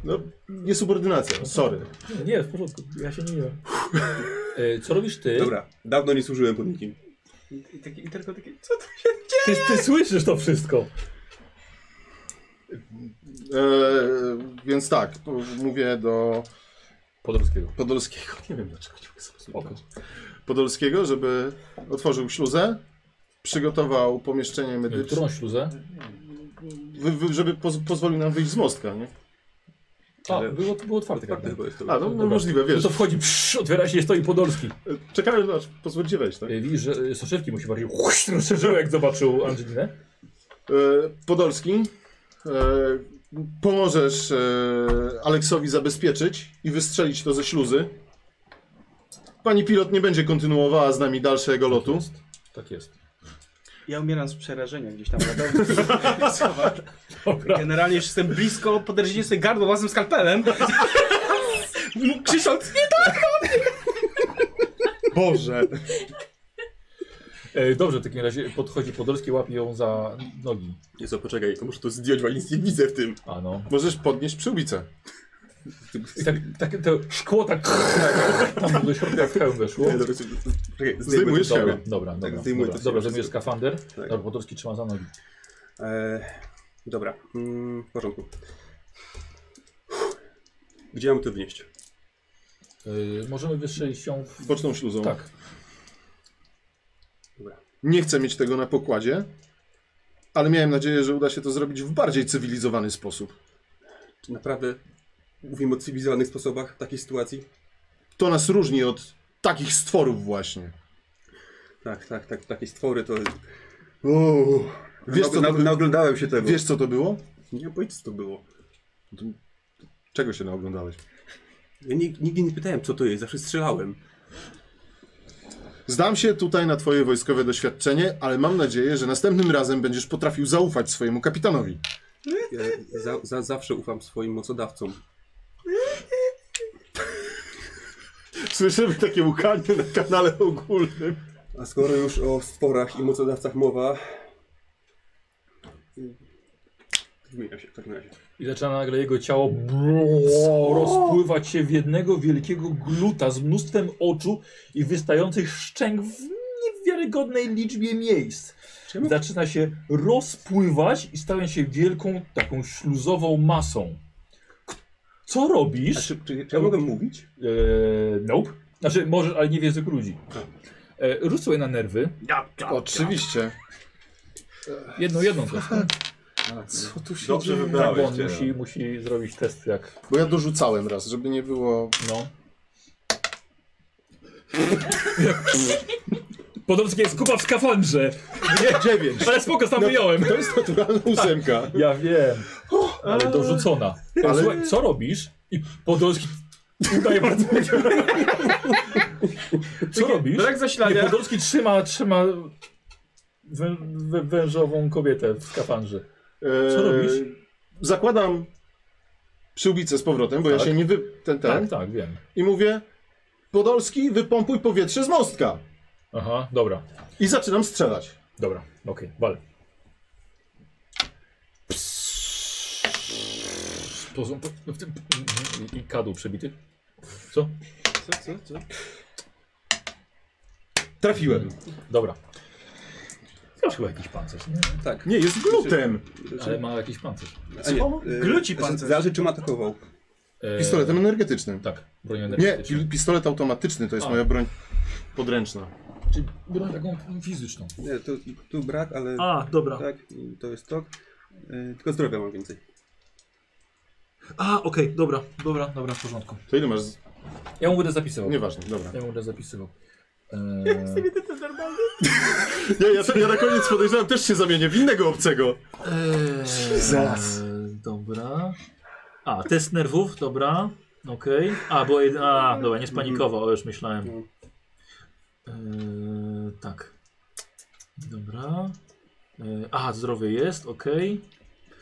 No, niesubordynacja, sorry. No Nie, w porządku, ja się nie miłem. Co robisz ty? Dobra, dawno nie służyłem pod nikim. I, i, taki, I tylko taki, co to? Ty, ty słyszysz to wszystko. E, więc tak, po- mówię do Podolskiego. Podolskiego. Nie wiem dlaczego nie mogę sobie Spoko. Podolskiego, żeby otworzył śluzę, przygotował pomieszczenie medyczne, E, Którą śluzę? wy- wy- żeby poz pozwolił nam wyjść z mostka, nie? A, było, było otwarte. Tak, Tak, to jest A, no, to. no Dobra. możliwe, no wiesz. to wchodzi, psz, otwiera się, stoi Podolski. E, Czekałem, aż pozwolicie wejść, tak? Y, Widzisz, że y, soszewki musi bardziej huś, rozszerzyły, jak zobaczył Angelinę. E, Podolski, e, pomożesz e, Aleksowi zabezpieczyć i wystrzelić to ze śluzy. Pani pilot nie będzie kontynuowała z nami dalszego lotu. Tak jest. Ja umieram z przerażenia gdzieś tam. na dole. Dobra. Generalnie już jestem blisko, podręcznię sobie gardło własnym skalpelem. Tak. Krzycząc, nie! Boże! E, dobrze, w takim razie podchodzi Podolski, łapie ją za nogi. Nie co, poczekaj, to muszę to zdjąć, bo ja nic nie widzę w tym. A no. Możesz podnieść przyłbicę. I tak, tak to szkło tak tam do Tak, środka w hełm weszło. Nie, dobra, czekaj, zdejmuję Zdejmujesz to. Dobra, hełm. dobra, dobra. zdejmuję Dobra, to dobra się zajmujesz wszystko. skafander. Tak. Dobra, Podolski trzyma za nogi. E, dobra, mm, w porządku. Gdzie mam to wnieść? Y, możemy wystrzelić ją w... Boczną śluzą. Tak. Dobra. Nie chcę mieć tego na pokładzie, ale miałem nadzieję, że uda się to zrobić w bardziej cywilizowany sposób. Czy naprawdę mówimy o cywilizowanych sposobach takiej sytuacji? To nas różni od takich stworów właśnie. Tak, tak, tak, takie stwory to... Wiesz, Wiesz co co, to na, by- naoglądałem się tego. Wiesz co to było? Nie wiem, co to było. Czego się naoglądałeś? Ja nig- nigdy nie pytałem, co to jest, zawsze strzelałem. Zdam się tutaj na twoje wojskowe doświadczenie, ale mam nadzieję, że następnym razem będziesz potrafił zaufać swojemu kapitanowi. Ja za, za, zawsze ufam swoim mocodawcom. Słyszymy takie łkanie na kanale ogólnym. A skoro już o stworach i mocodawcach mowa... Zmienia się w takim razie. I zaczyna nagle jego ciało rozpływać się w jednego wielkiego gluta z mnóstwem oczu i wystających szczęk w niewiele niewiarygodnej liczbie miejsc. Czemu? Zaczyna się rozpływać i stawia się wielką, taką śluzową masą. K- Co A robisz? Znaczy- czy, czy, czy ja mogę mówić? Eee, nope. Znaczy, może, ale nie w języku ludzi. Eee, rzuć sobie na nerwy. Oczywiście. Jedną, jedną to. Co tu się Dobrze dzieje? Tak, bo wybrałeś. on cię, musi, musi zrobić test jak, Bo ja dorzucałem raz, żeby nie było... no. Podobnie jest kupa w skafandrze. Nie, dziewięć. Ale spoko, sam wyjąłem. To jest naturalna ósemka. No. Ja wiem. Ale dorzucona. Ale- Słuchaj, co robisz? I Podolski... Udaje bardzo... co robisz? Brak Nie, zaślania. Podolski trzyma, trzyma wę, wę, wężową kobietę w skafandrze. Eee, robisz? Zakładam przyłbicę z powrotem, bo ja Tak. się nie wy... ten, ten. Tak, tak, wiem. I mówię, Podolski, wypompuj powietrze z mostka. Aha, dobra. I zaczynam strzelać. Dobra, okej, wal. Pozą, po, no w tym- i, I kadł przebity. Co? Co, co, co? Trafiłem. Dobra. Masz chyba jakiś pancerz, nie? Tak. Nie, jest glutem. Ale ma jakiś pancerz. A nie, Co? y, Gluci pan coś. Zależy czym atakował. E, Pistoletem energetycznym. Tak, broń Nie, energetyczną. pil- pistolet automatyczny to jest A. moja broń podręczna. Czyli broń taką fizyczną. Nie, tu, tu brak, ale A, dobra. tak, i to jest tok. Y, tylko zdrowia mam więcej. A, okej, dobra, dobra, dobra. W porządku. To ile masz? z- Ja mu będę zapisywał. Nieważne, dobra. Ja mu będę zapisywał. E, Ja, ja, ja na koniec podejrzewam, też się zamienię w innego obcego. Eee, Jesus. Dobra. A, test nerwów, dobra. Okej. A, bo. jed- A, dobra, nie spanikował, już myślałem. No. Eee, tak. Dobra. Eee, aha, zdrowie jest, okej.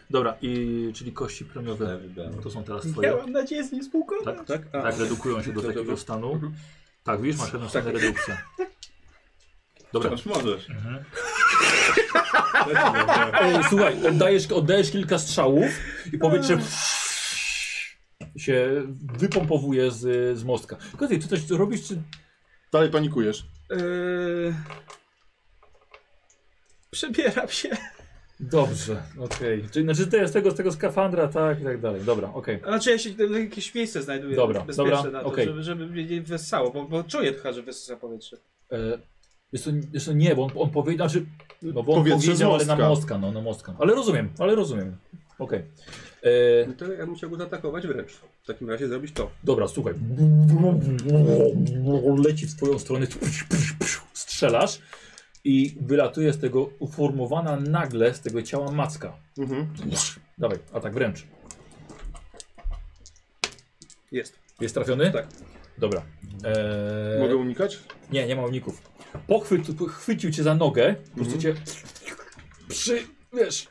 Dobra, i czyli kości premiowe. To są teraz twoje. nadzieję z nim spółkować. Tak, Tak? A, tak redukują się do Dobrze, takiego dobrze. stanu. Tak, widzisz, masz jedną stronę redukcję. Dobra. Aż możesz. e, słuchaj, oddajesz, oddajesz kilka strzałów i powietrze się wypompowuje z, z mostka. Tylko ty, ty coś robisz, czy Dalej panikujesz. Eee... Przebieram się. Dobrze, okej. Czyli znaczy te, z, tego, z tego skafandra, tak i tak dalej. Dobra, okej. A Znaczy ja się tutaj jakieś miejsce znajduję Dobra, bezpieczne dobra, na to, okej. żeby, żeby mnie nie wessało, bo, bo czuję trochę, że wysysa powietrze. Okay. E, Jest, to- jest to nie, bo on, on powiedział, znaczy, no bo on Powietrze z powiedział, ale na mostka. mostka, no na mostka. Ale rozumiem, ale rozumiem. Okej. E, No to ja bym chciał go zaatakować wręcz. W takim razie zrobić to. Dobra, słuchaj. Leci w twoją stronę, strzelasz i wylatuje z tego uformowana nagle z tego ciała macka. Mhm. Dawaj, atak wręcz. Jest. Jest trafiony? Tak. Dobra. E, Mogę unikać? Nie, nie ma uników. Pochwyt, chwycił cię za nogę, po prostu cię przy, wiesz,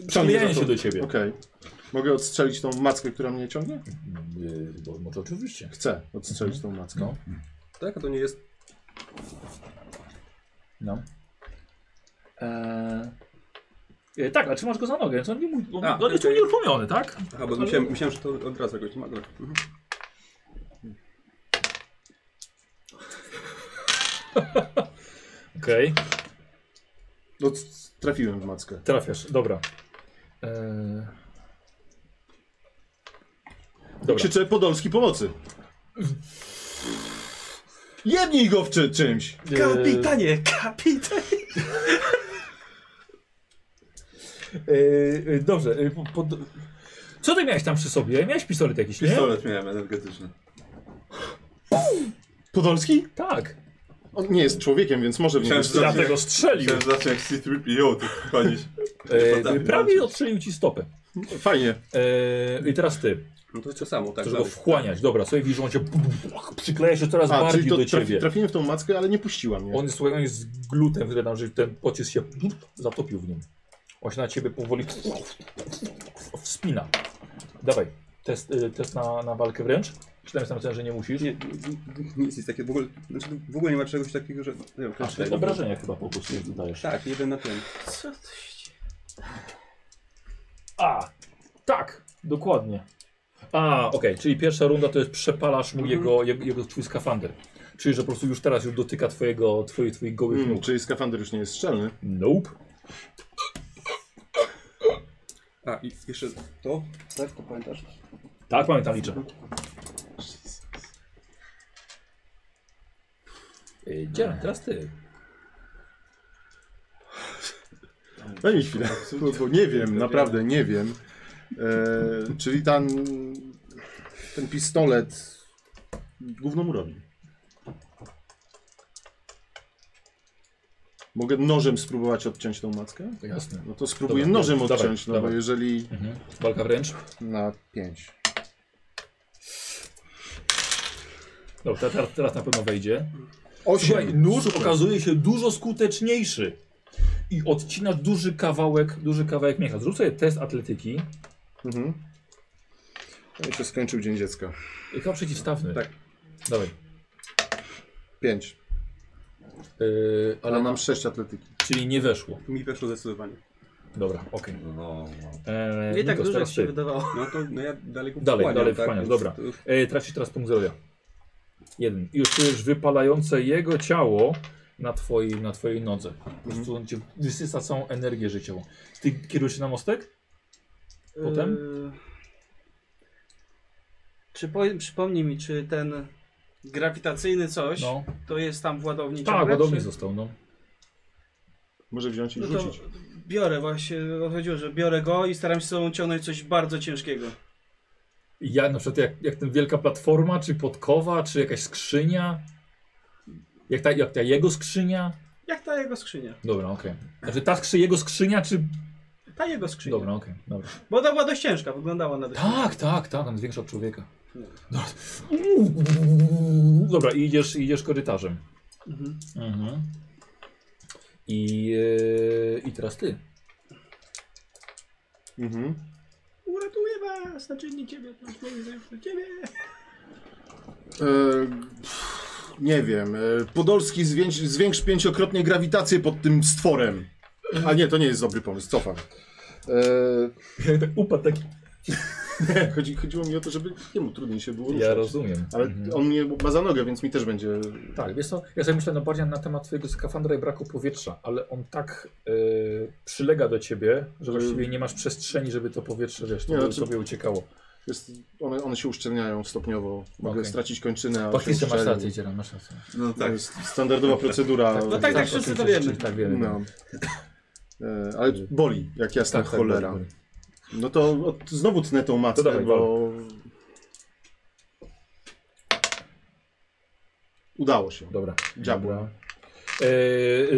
yy, przyklejają się do ciebie. Okej. Mogę odstrzelić tą mackę, która mnie ciągnie? Yy, bo może oczywiście. Chcę odstrzelić tą mackę. No, Tak, a to nie jest. no. Eee, e, tak, ale trzymasz go za nogę, więc on, nie, mówi- on, A, on jest okej. unieruchomiony, tak? Aha, bo myślałem, myślałem, że to od razu jakoś ma. Dobra. Mhm. Okej, No, c- trafiłem w mackę. trafiasz, dobra. Eee, dobra. Krzyczę Podolski pomocy. Jebnij go w czy, czymś. Kapitanie, kapitanie! Eee, e, dobrze, e, po- pod... co ty miałeś tam przy sobie? Miałeś pistolet jakiś, nie? Pistolet miałem energetyczny. Podolski? Tak. On nie jest człowiekiem, więc może w niego Chciałem strzelić. Dlatego strzelił. Chciałem zacząć jak C-3PO tu wchodzić. E, prawie odstrzelił ci stopę. Fajnie. E, I teraz ty. No to jest to samo, tak. Chcesz go dalej. wchłaniać. Dobra, sobie widzisz, on cię przykleja się coraz A, czyli bardziej to do trafi, ciebie. trafiłem w tą mackę, ale nie puściła mnie. On jest, słuchaj, on jest z glutem, wygląda, że ten pocisk się zatopił w nim. On się na ciebie powoli wspina. Dawaj, test, y, test na, na walkę wręcz. Przynajmniej tam ten, że nie musisz. Nie, nic jest takiego. W ogóle, znaczy, w ogóle nie ma czegoś takiego, że. Nie wiem, A, to jest obrażenia chyba po prostu jak dodajesz. Tak, jeden na ten. Co to się dzieje? A, tak, Mhm. dokładnie. A, okej, czyli pierwsza runda to jest przepalasz mu jego, jego, jego twój skafander. Czyli, że po prostu już teraz już dotyka twojego, twoich, twoich gołych Mm, nóg. czyli skafander już nie jest szczelny. Nope. A i jeszcze to? Tak, to pamiętasz? Tak, pamiętam, liczę. Y, Dzieran, teraz ty. Daj mi chwilę, bo, bo nie wiem, naprawdę nie wiem. E, czyli ten, ten pistolet gówno mu robi. Mogę nożem spróbować odciąć tą mackę? Tak Jasne. No to spróbuję Dobra, nożem dawaj, odciąć, no dawaj. bo jeżeli Mhm. Walka wręcz. na 5. Dobra, te- teraz, teraz na pewno wejdzie. 8. Słuchaj, nóż okazuje się dużo skuteczniejszy. I odcinasz duży kawałek, duży kawałek mięcha. Zrób sobie test atletyki. Mhm. Ja się skończył dzień dziecka. Chyba przeciwstawny. Tak. Dawaj. 5. Yy, Ale ale mam 6 atletyki. Czyli nie weszło. Mi weszło zdecydowanie. Dobra, okej. No, no. Eee, Nie tak Nikos, dużo jak teraz się ty. wydawało. No to no ja dalej go Dalej, wchłaniam, dalej tak? wchłaniasz, Więc dobra. to już- E, tracisz teraz punkt zdrowia. Jeden. I już czujesz wypalające jego ciało na twojej, na twojej nodze. Po prostu on cię wysysa całą energię życiową. Ty kierujesz się na mostek? Potem? Yy... Przypo... Przypomnij mi, czy ten grawitacyjny coś, No. to jest tam w ładowni Tak, ciągle, ładownie czy- został, no. Może wziąć i No to rzucić. biorę właśnie, o to chodziło, że biorę go i staram się z sobą ciągnąć coś bardzo ciężkiego. Ja na przykład jak, jak ten wielka platforma, czy podkowa, czy jakaś skrzynia. Jak ta, jak ta jego skrzynia? Jak ta jego skrzynia. Dobra, okej. Znaczy ta skrzy, jego skrzynia, czy... Ta jego skrzynia. Dobra, okej, dobra. Bo ona była dość ciężka, wyglądała na dość Tak, tak, tak, on jest większy od człowieka. No. Dobra, dobra i idziesz, idziesz korytarzem. Mhm. Mhm. I, e, I teraz ty. Mhm. Uratuję was, znaczy nie ciebie, to już mogę zająć do ciebie. E, pff, nie wiem. E, Podolski zwiększ, zwiększ pięciokrotnie grawitację pod tym stworem. A nie, to nie jest dobry pomysł, cofam. E, Ja tak upadł taki. chodzi, chodziło mi o to, żeby jemu trudniej się było ruszać. Ja rozumiem. Ale Mhm. on mnie ma za nogę, więc mi też będzie... Tak, wiesz co, ja sobie myślę no, bardziej na temat twojego skafandra i braku powietrza, ale on tak e, przylega do ciebie, że właściwie nie masz przestrzeni, żeby to powietrze, wiesz, Mhm. no to Nie, by znaczy- tobie uciekało. Jest, one, one się uszczelniają stopniowo. Mogę Okej. stracić kończynę, a się Faktycznie masz uszczelni. rację, Dzieran, masz rację. no To tak, jest standardowa procedura. No tak, tak, wszyscy to oczywiście, wiemy. Tak wiemy. No. E, ale boli, jak jasna Tak, tak, cholera. tak, tak. No to od, znowu tnę tą mackę, To dawaj, bo... Udało się. Dobra. Diabła. Dobra.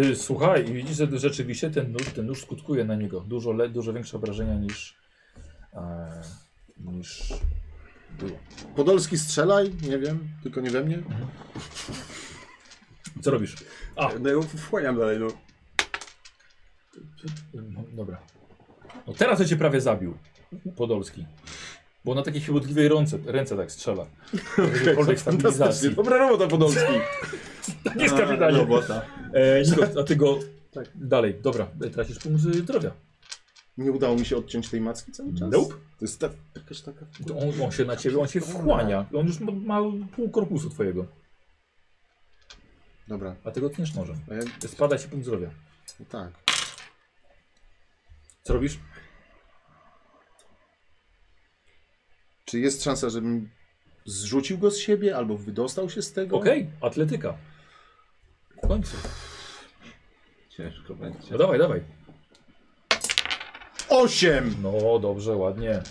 E, e, słuchaj, i widzisz, że rzeczywiście ten nóż, ten nóż skutkuje na niego. Dużo, le, dużo większe obrażenia niż, e, niż było. Podolski strzelaj, nie wiem, tylko nie we mnie. Co robisz? A. No ja go wchłaniam dalej, no. No, Dobra. No teraz to cię prawie zabił. Podolski. Bo na takiej chybotliwej ręce, ręce tak strzela. Jakiejkolwiek Fantastycznie, stabilizacji. dobra robota Podolski. Nie jest kapitanie. robota. E, Nikos, a ty go... Dalej, dobra. Tracisz punkt zdrowia. Nie udało mi się odciąć tej macki cały czas. Nope. To jest ta, jakaś taka... To on, on się na ciebie, on się wchłania. On już ma, ma pół korpusu twojego. Dobra, A ty go tniesz nożem. a ja... Spada ci punkt zdrowia. no tak. Co robisz? Czy jest szansa, żebym zrzucił go z siebie albo wydostał się z tego? Okej, atletyka. W końcu. Ciężko będzie. No dawaj, dawaj. Osiem! No dobrze, ładnie.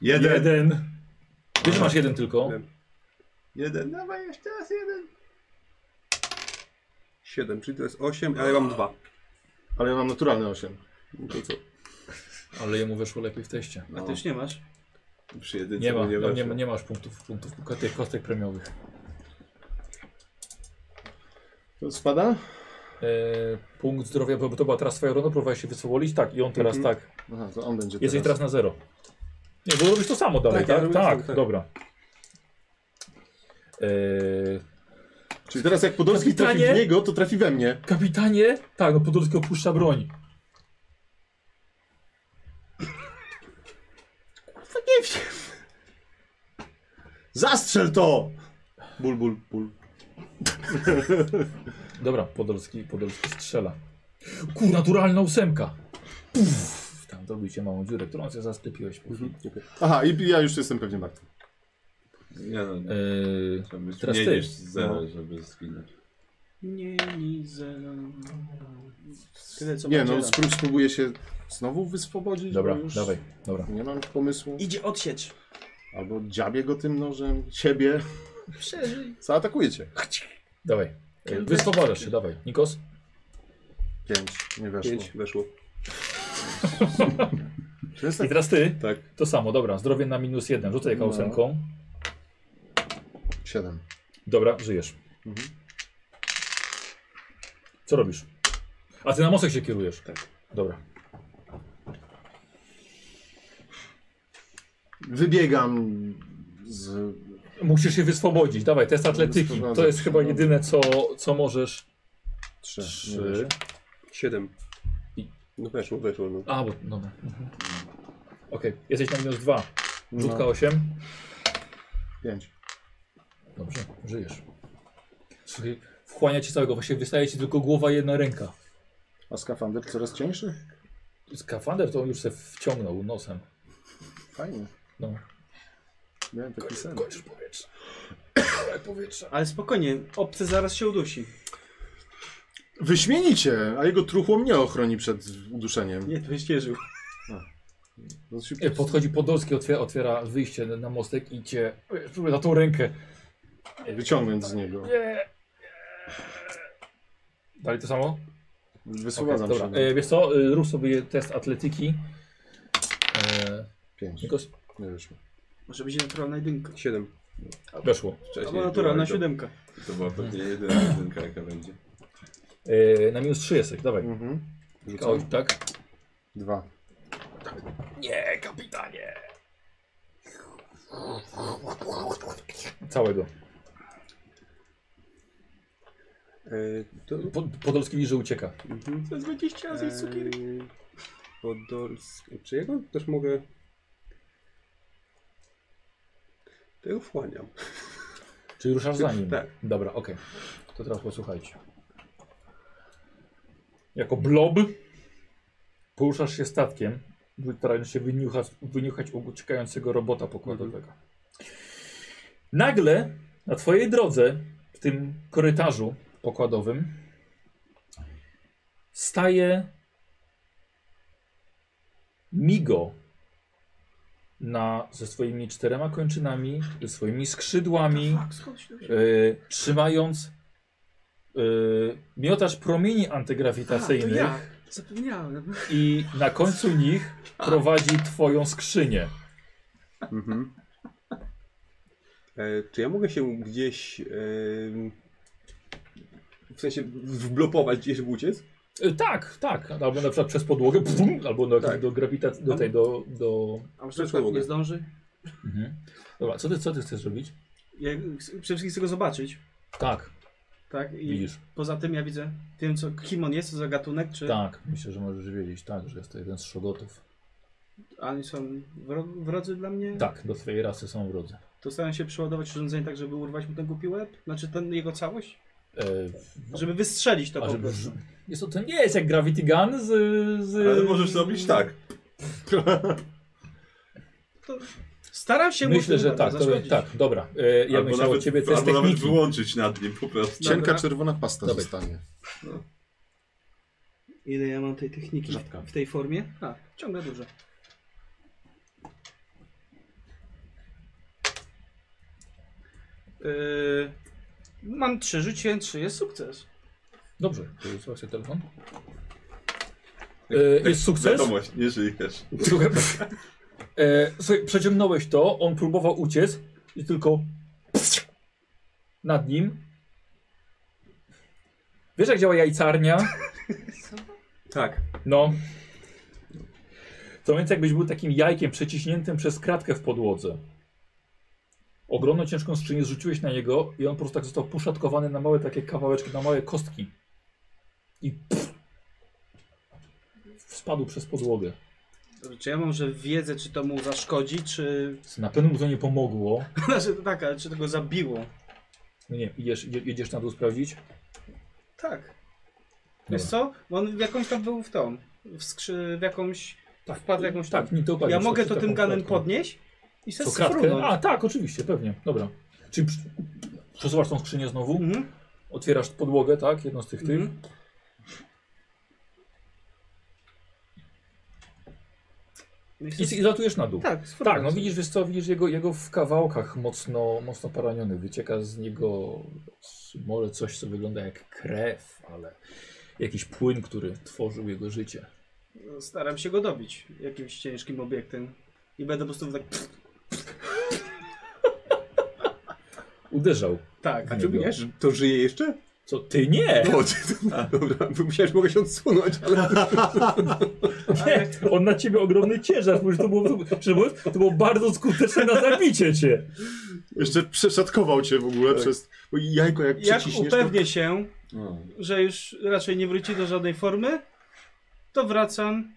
Jeden. jeden. Jeden. Ty masz jeden tylko. Jeden, dawaj jeszcze raz jeden. 7, czyli to jest 8, ale ja mam 2. Ale ja mam naturalne osiem. No to co? Ale jemu weszło lepiej w teście. No A ty już nie masz? Przy jedynce Nie, ma, mu nie no, nie, weszło. nie masz punktów, punktów tych kostek premiowych. To spada? E, punkt zdrowia, bo to była teraz twoja runda, próbowałeś się wyswolić, tak, i on teraz Mhm. tak. Aha, to on będzie Jesteś teraz. teraz na zero. Nie, bo robisz to samo dalej, Tak, ja tak? Tak, robię to samo, tak. dobra. E, Czyli teraz jak Podolski Kapitanie? trafi w niego, to trafi we mnie. kapitanie? Tak, no Podolski opuszcza broń. Zastrzel to! Ból, ból, ból. Dobra, Podolski, Podolski strzela. Ku, naturalna ósemka. Puf, tam zrobicie małą dziurę, którą sobie zastypiłeś. Puf. Mhm. Aha, i ja już jestem pewnie martwy. Nie no, nie. Yy, Trzeba być teraz mniej ty. niż zero, żeby zginąć. Nie, nie, zero. Tyle co Nie będzie no, raz. spró- spróbuję się znowu wyswobodzić. dobra, bo już dawaj, dobra. Nie mam pomysłu. Idzie odsiecz. Albo dziabię go tym nożem, siebie. Przeżyj. Zaatakuję cię. Dawaj. Yy, Wyswobodasz się, dawaj. Nikos? Pięć, nie weszło. Pięć weszło. To I jest tak... teraz ty? Tak. To samo, dobra. Zdrowie na minus jeden. Rzucaj jaka No. ósemką. Siedem. Dobra, żyjesz. Mhm. Co robisz? A ty na mostek się kierujesz? Tak. Dobra. Wybiegam z... Musisz się wyswobodzić. Dawaj, test atletyki. Wyswobadzam To jest się, chyba no. jedyne, co, co możesz. Trzy. Nie Trzy. weszło. Siedem. I- No weszło, weszło. No. A, bo dobra. Mhm. Okej, jesteś na minus dwa. Rzutka No, osiem. pięć. Dobrze, żyjesz. Słuchaj, wchłania cię całego. Właśnie wystaje ci tylko głowa i jedna ręka. A skafander coraz cieńszy? Skafander to on już se wciągnął nosem. Fajnie. No. Miałem taki sen. Kończysz powietrze. powietrze. Ale spokojnie, obcy zaraz się udusi. Wyśmienicie, a jego truchło mnie ochroni przed uduszeniem. Nie, to się żył. No, się... Podchodzi Podolski, otwiera, otwiera wyjście na- na mostek i cię e, próbuje na tą rękę. Wyciągnąć z niego. Nie. Dalej to samo? Wysuwadzam Okej, się. no. dobra. E, wiesz co, e, rób sobie test atletyki. E, Pięć. Nikos, Nie weszło. Może będzie naturalna jedynka. Siedem. weszło. Wcześniej Albo naturalna to, siódemka. to była pewnie jedyna jedynka jaka będzie. E, na minus 3 jesteś, dawaj. Mhm. Oj, tak? Dwa. Nie, kapitanie. Całego. E, to... Po, Podolski widzi, że ucieka. Mhm. To jest 20 razy cukierki. Eee, Podolski. Czy ja go też mogę. To ja wchłaniam. Czyli ruszasz za nim. Tak. Dobra, okej. To teraz posłuchajcie. Jako blob poruszasz się statkiem, starając się wyniuchać, wyniuchać uciekającego robota pokładowego. Nagle na twojej drodze, w tym korytarzu pokładowym, staje Migo na, ze swoimi czterema kończynami, ze swoimi skrzydłami, Skąd się dowiedział? e, trzymając e, miotacz promieni A, Tak, to antygrawitacyjnych ja. Zapomniałem. i na końcu nich prowadzi twoją skrzynię. Mhm. E, czy ja mogę się gdzieś. em, w sensie wblokować gdzieś, żeby uciec? E, tak, tak. Albo na przykład przez podłogę, pfum, albo do, Tak. do grawitacji, No. do tej, do... do... A może Przeszło na przykład mogę. tak. nie zdąży? Mhm. Dobra, co ty, co ty chcesz robić? Ja przede wszystkim chcę go zobaczyć. Tak, Tak? I widzisz. poza tym ja widzę tym, co, kim on jest, co za gatunek, czy... Tak, myślę, że możesz wiedzieć tak, że jest to jeden z szogotów. A oni są wro wrodzy dla mnie? Tak, do twojej rasy są w drodze. To staram się przeładować urządzenie tak, żeby urwać mu ten głupi łeb? Znaczy ten jego całość? E, Żeby wystrzelić to a po żeby, prostu. jest to, to nie jest jak Gravity Gun z... z Ale możesz zrobić tak. Staram się mu Myślę, tym że łebem tak, to, zaszkodzić. tak, dobra. E, ja bym chciał od ciebie test albo nawet techniki. wyłączyć nad nim po prostu. Cienka Dobra. czerwona pasta Dobra. zostanie. Ile ja mam tej techniki Rzadka. w tej formie? A, ciągle dużo. Yy, mam trzy rzucie, trzy jest sukces. Dobrze, to jest telefon. E, jest sukces. Wiadomość, nie żyjesz. Słuchaj, e, słuchaj, przeciągnąłeś to, on próbował uciec i tylko nad nim. Wiesz jak działa jajcarnia? Tak. No. To więc jakbyś był takim jajkiem przeciśniętym przez kratkę w podłodze. Ogromną ciężką skrzynię zrzuciłeś na niego i on po prostu tak został poszatkowany na małe takie kawałeczki, na małe kostki. I pff, spadł przez podłogę. Dobrze, czy ja mam, że wiedzę, czy to mu zaszkodzi, czy... Na pewno mu to nie pomogło. Znaczy, tak, ale czy to go zabiło? No nie, idziesz, idzie- idziesz na dół sprawdzić? Tak. Wiesz co? Bo on w jakąś tam był w tą. W skrzy... w jakąś... Tak, wpadł w jakąś Tak, nie to upadł. Ja mogę to Taką tym ganem kratką. podnieść i se Co kratkę? sfrunąć. A tak, oczywiście, pewnie. Dobra. Czyli przy- przesuwasz tą skrzynię znowu, Mhm. otwierasz podłogę, tak? Jedną z tych tych. Mhm. No i I, se- I zlatujesz na dół. Tak, sfrunąć. Tak, no widzisz, wiesz co, widzisz jego, jego w kawałkach mocno, mocno poraniony. Wycieka z niego z- może coś, co wygląda jak krew, ale jakiś płyn, który tworzył jego życie. Staram się go dobić jakimś ciężkim obiektem. I będę po prostu tak... Uderzał. Tak. A czy wiesz, to żyje jeszcze? Co, ty nie! No, ty, Tak. dobra, bo myślałem, że mogę się odsunąć, ale... No, nie. On na ciebie ogromny ciężar, bo to było, to było, to było bardzo skuteczne na zabicie cię. Jeszcze przeszatkował cię w ogóle Tak. przez... Bo jajko jak Jak przyciśniesz... to- upewnię się, No. że już raczej nie wróci do żadnej formy, to wracam,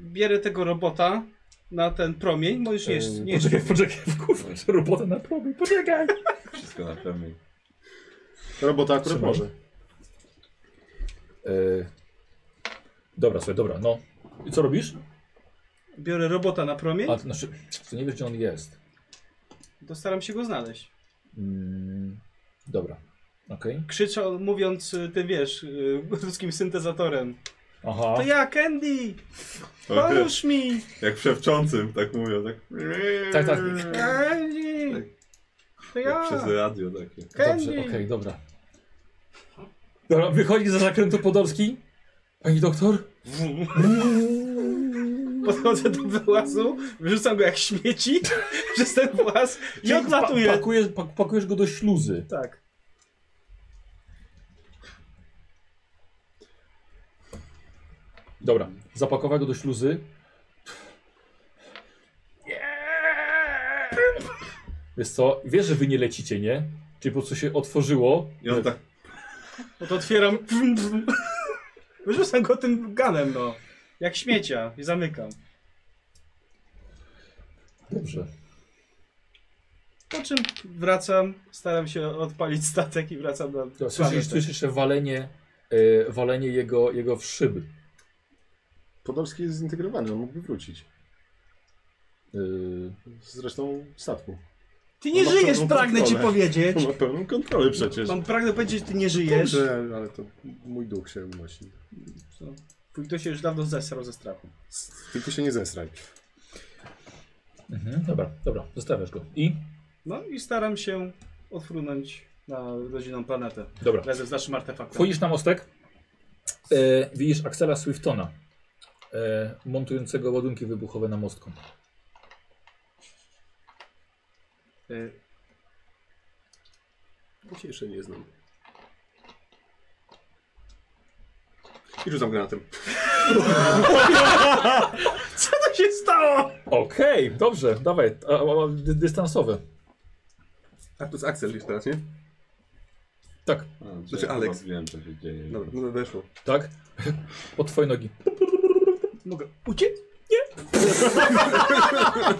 bierę tego robota na ten promień, możesz Eee, jeść, nie No jeść. Poczekaj, poczekaj, wkurwasz robotę na promień, poczekaj. Wszystko na promień. Robota akurat Trzymaj. może. Yy, dobra, słuchaj, dobra, no. I co robisz? Biorę robota na promień, A, znaczy, to nie wiesz, gdzie on jest. to staram się go znaleźć. Mm, dobra, okej. Krzyczał, mówiąc, y, ty wiesz, y, ludzkim syntezatorem. Aha. To ja, Candy! O, ty, Pomóż mi! jak przewczącym, tak mówią, tak. Tak, tak. Candy! To Jak ja! przez radio takie. Dobrze, Candy! okej, dobra. Dobra, wychodzi za zakrętu Podolski. Pani doktor? Podchodzę do wyłazu, wyrzucam go jak śmieci przez ten właz i Czyli Pa odlatuję. pakujesz, pak pakujesz go do śluzy. Tak. Dobra, zapakował go do śluzy. Wiesz co, wiesz, że wy nie lecicie, nie? Czyli po prostu się otworzyło. I on tak. No to otwieram. pum, pum. Wyrzucam go tym ganem, no. Jak śmiecia i zamykam. Dobrze. Po czym wracam, staram się odpalić statek i wracam na Dobra, planetę. Słyszysz, słyszysz jeszcze walenie, e, walenie jego, jego w szyby. Podolski jest zintegrowany, on mógłby wrócić. Yy, E, Zresztą statku. Ty nie Ma żyjesz, pełną pragnę ci kontrolę. powiedzieć. On ma pełną kontrolę przecież. Mam pragnę powiedzieć, że ty nie żyjesz. Dobrze, ale to mój duch się unosi. Twój ktoś się już dawno zesrał ze strachu. Tylko się nie zesraj. mhm, dobra, dobra, zostawiasz go. I? No i staram się odfrunąć na rodzinną planetę. Dobra. Razem z naszym artefaktem. Wchodzisz na mostek, e, widzisz Axela Swiftona, e, montującego ładunki wybuchowe na mostku. Y, Ja się jeszcze nie znam. I rzucam granatem. Co to się stało? Okej, dobrze, dawaj, a, a, a, dy- dystansowe. A to jest Axel jest teraz, nie? Tak, A, Znaczy, ja Alex. chyba Wiem, co się dzieje. Dobra, no weszło. tak? Pod twoje nogi. Mogę uciec?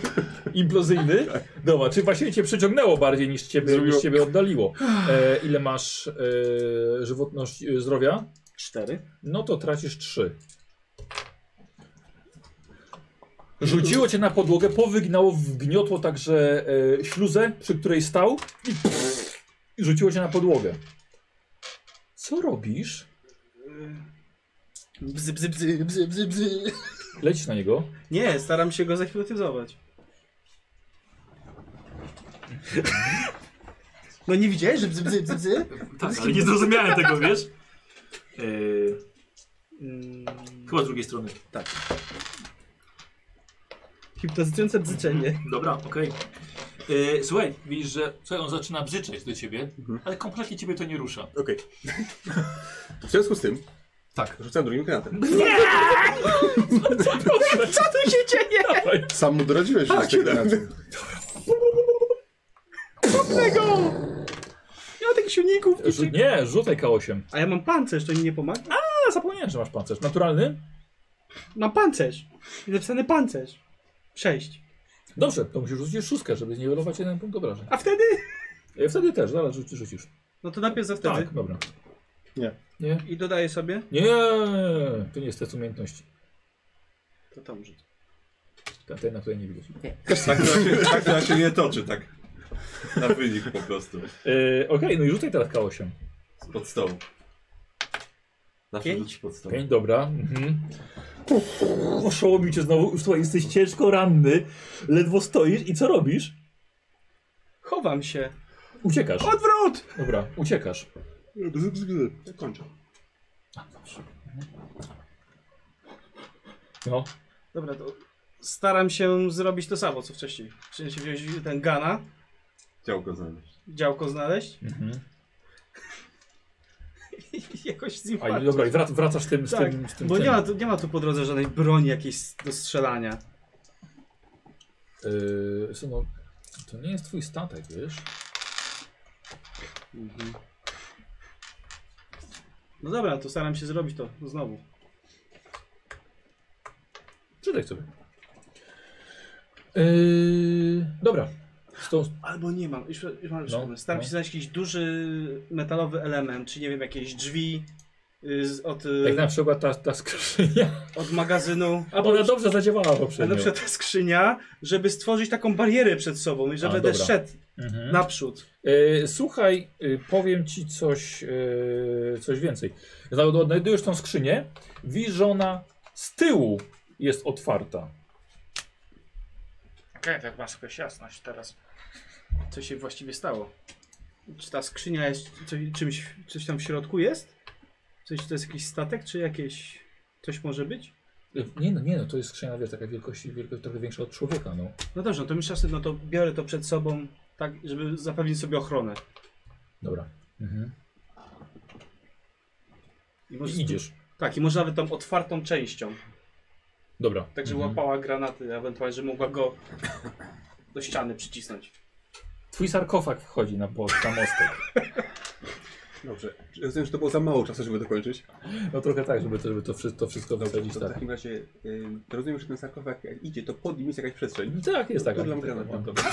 Implozyjny? Dobra, czy właściwie cię przyciągnęło bardziej niż ciebie, Zrobiło- niż ciebie oddaliło. E, ile masz e, żywotność, e, zdrowia? Cztery. No to tracisz Mhm. trzy. Rzuciło cię na podłogę, powygnało, wgniotło także e, śluzę, przy której stał i, pff, i rzuciło cię na podłogę. Co robisz? Bzy, bzy, bzy, bzy, bzy, bzy. Lecisz na niego. Nie, staram się go zahipnotyzować. No nie widziałeś, że bzy, bzy, bzy, bzy? Tak, ale nie zrozumiałem tego, wiesz? Yy, Mm, chyba z drugiej strony. hipnotyzujące bzyczenie. Dobra, okej. Yy, słuchaj, widzisz, że słuchaj, on zaczyna bzyczeć do ciebie, Mhm. ale kompletnie ciebie to nie rusza. Okej. W związku z tym Tak. rzucam drugim granatem. Co tu się dzieje? Sam mu doradziłeś tak, się Nie ma takich silników. Rzu nie, rzucaj K8. A ja mam pancerz, to mi nie pomaga? A, zapomniałem, że masz pancerz. Naturalny? Mam pancerz. Jest napisany pancerz. Sześć. Dobrze, to musisz rzucić szóstkę, żeby zniwelować jeden punkt obrażeń. A wtedy? E, Wtedy też, zaraz rzuci- rzucisz. No to najpierw za wtedy. Tak, dobra. I dodaję sobie. Nie, to nie jest test umiejętności. To tam rzucę. Ta- Ten, na której nie widać. Tak to się, tak to się nie toczy, tak. Na wynik po prostu. E, Okej, no i rzucaj teraz K8. Z pod stołu. Zawsze Pięć? rzuć pod stołu. Pięć, dobra. Mhm. Oszołomił cię znowu. Słuchaj, jesteś ciężko ranny. Ledwo stoisz i co robisz? Chowam się. Uciekasz. Odwrót! Dobra, uciekasz. Kończę. No. Dobra, to staram się zrobić to samo co wcześniej. Czyli się wziąć ten gana, Działko znaleźć. działko znaleźć Mhm. i jakoś z nim A, i walczyć. dobra, i wrac, wracasz tym, z Tak, tym, z tym Bo tym. nie ma, tu, nie ma tu po drodze żadnej broni jakiejś do strzelania. Yy, Synu, to nie jest twój statek, wiesz? No dobra, to staram się zrobić to znowu. Czytaj sobie. Yy, dobra. Sto, Albo nie mam, już, już mam już No, pomysł. Staram no. się znaleźć jakiś duży metalowy element, czy nie wiem, jakieś drzwi y, z- od, y, jak na przykład ta, ta skrzynia. od magazynu. Albo Ona dobrze zadziałała a na poprzednio. przykład ta skrzynia, żeby stworzyć taką barierę przed sobą i A, że będę dobra. szedł Mhm. naprzód. E, Słuchaj, e, powiem ci coś, e, coś więcej. Zna- Odnajdujesz tą skrzynię, widzisz, że ona z tyłu jest otwarta. Okej, tak masz jakąś jasność teraz. Co się właściwie stało? Czy ta skrzynia jest co, czymś, coś tam w środku jest? Coś, to jest jakiś statek, czy jakieś... Coś może być? E, Nie no, nie no, to jest skrzynia wiesz, taka wielkości, wielkości trochę większa od człowieka, no. No dobrze, no to mi czasem, no to biorę to przed sobą, tak, żeby zapewnić sobie ochronę. Dobra. Mhm. I I Idziesz. Tak, i może nawet tą otwartą częścią. Dobra. Mhm. Tak, Mhm. żeby łapała granaty, ewentualnie, że mogła go do ściany przycisnąć. Twój sarkofag wchodzi na, po- na mostek. Dobrze. Rozumiem, że to było za mało czasu, żeby dokończyć. No trochę tak, żeby to, żeby to, wszy- to wszystko wysadzić To w tak. takim razie y, rozumiem, że ten sarkofag jak idzie, to pod nim jest jakaś przestrzeń. Tak, jest tak. Podlam granat. Dobra.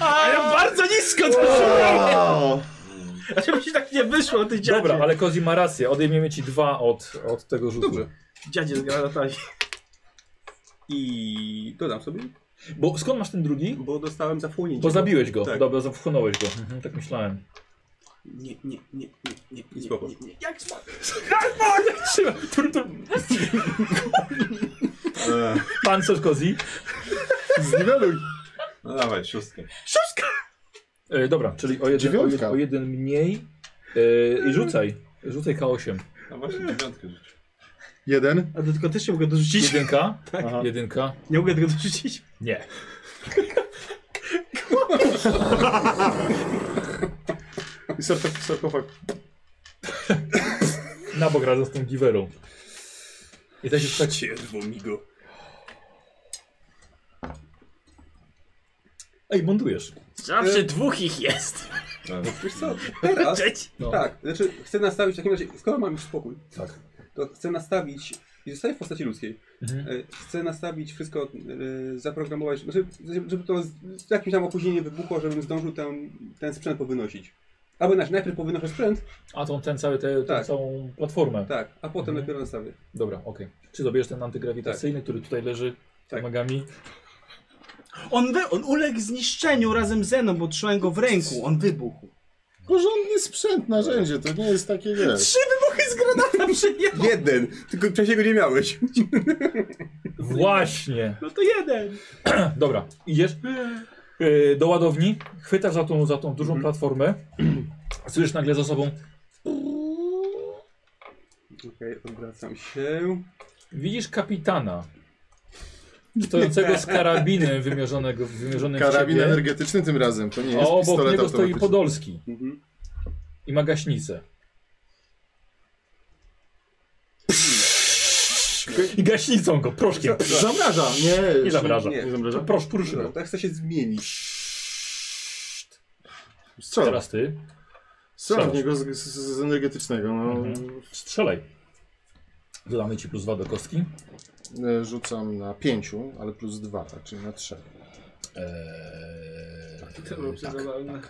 Ale bardzo nisko to wow. A żeby ci tak nie wyszło, ty dziadzie. Dobra, ale Kozi ma rację, odejmiemy ci dwa od, od tego rzutu. Dobrze. Dziadzie z granatami. I dodam sobie, Bo skąd masz ten drugi? bo dostałem zafłonięcie. Bo zabiłeś go. Tak. Dobra, wchłonąłeś go. Mhm, tak myślałem. Nie, nie, nie, nie, nie, I spoko. Jak spoko? Trzyma, tur, tur. Eee, Pan coś kozi. Zniweluj. no dawaj, szóstkę. E, dobra, czyli o jeden, o, jed, Dziewiątka. o jeden mniej. E, I rzucaj. Rzucaj K8. A No właśnie Hmm. dziewiątkę rzuć. Jeden. A to tylko też nie mogę dorzucić. Jedynka. Aha. Tak. Jedynka. Nie mogę tego dorzucić. Nie. I sarkof- sarkofag. Na bok razem z tą giwerą. I tak jest tak. Cierwo mi go. Ej, montujesz. Zawsze dwóch ich jest. Tak. Wiesz co, teraz, No. tak, znaczy chcę nastawić w takim razie, skoro mam już spokój, Tak. to chcę nastawić, i zostaję w postaci ludzkiej, Mhm. e, chcę nastawić wszystko, e, zaprogramować, znaczy, żeby żeby to z, z jakimś tam opóźnieniem wybuchło, żebym zdążył ten, ten sprzęt powynosić. Albo inaczej, najpierw powynoszę sprzęt, A tą, ten cały, te, tą Tak. całą platformę. tak, a potem Mhm. dopiero nastawię. Dobra, okej. Czy zabierzesz ten antygrawitacyjny, który tutaj leży tak. Tak. magami? On, wy, on uległ zniszczeniu razem ze mną, bo trzymałem go w ręku. On wybuchł. Porządny sprzęt, narzędzie, to nie jest takie wiesz. Z granatami przyjechał. Jeden! Tylko wcześniej go nie miałeś. Właśnie. No to jeden. Dobra, idziesz e, do ładowni, chwytasz za tą, za tą dużą Mhm. platformę. Słyszysz nagle za sobą Okej, odwracam się. Widzisz kapitana stojącego z karabinem wymierzonego, wymierzonym Karabin w siebie, energetyczny tym razem, to nie a jest obok pistolet niego stoi automatyczny. Podolski Mhm. i ma gaśnicę. I gaśnicą go, proszkiem. Zamraża. Nie, Nie zamraża. Nie. Nie zamraża. No. Prosz, prószy Dobra, go. tak chcę się zmienić. Strzela. Teraz ty. Strzela w niego z, z, z energetycznego. No. Mhm. Strzelaj. Dodamy ci plus dwa do kostki. E, Rzucam na pięciu, ale plus dwa, tak, czyli na trzech. Eee, To było przezabawne.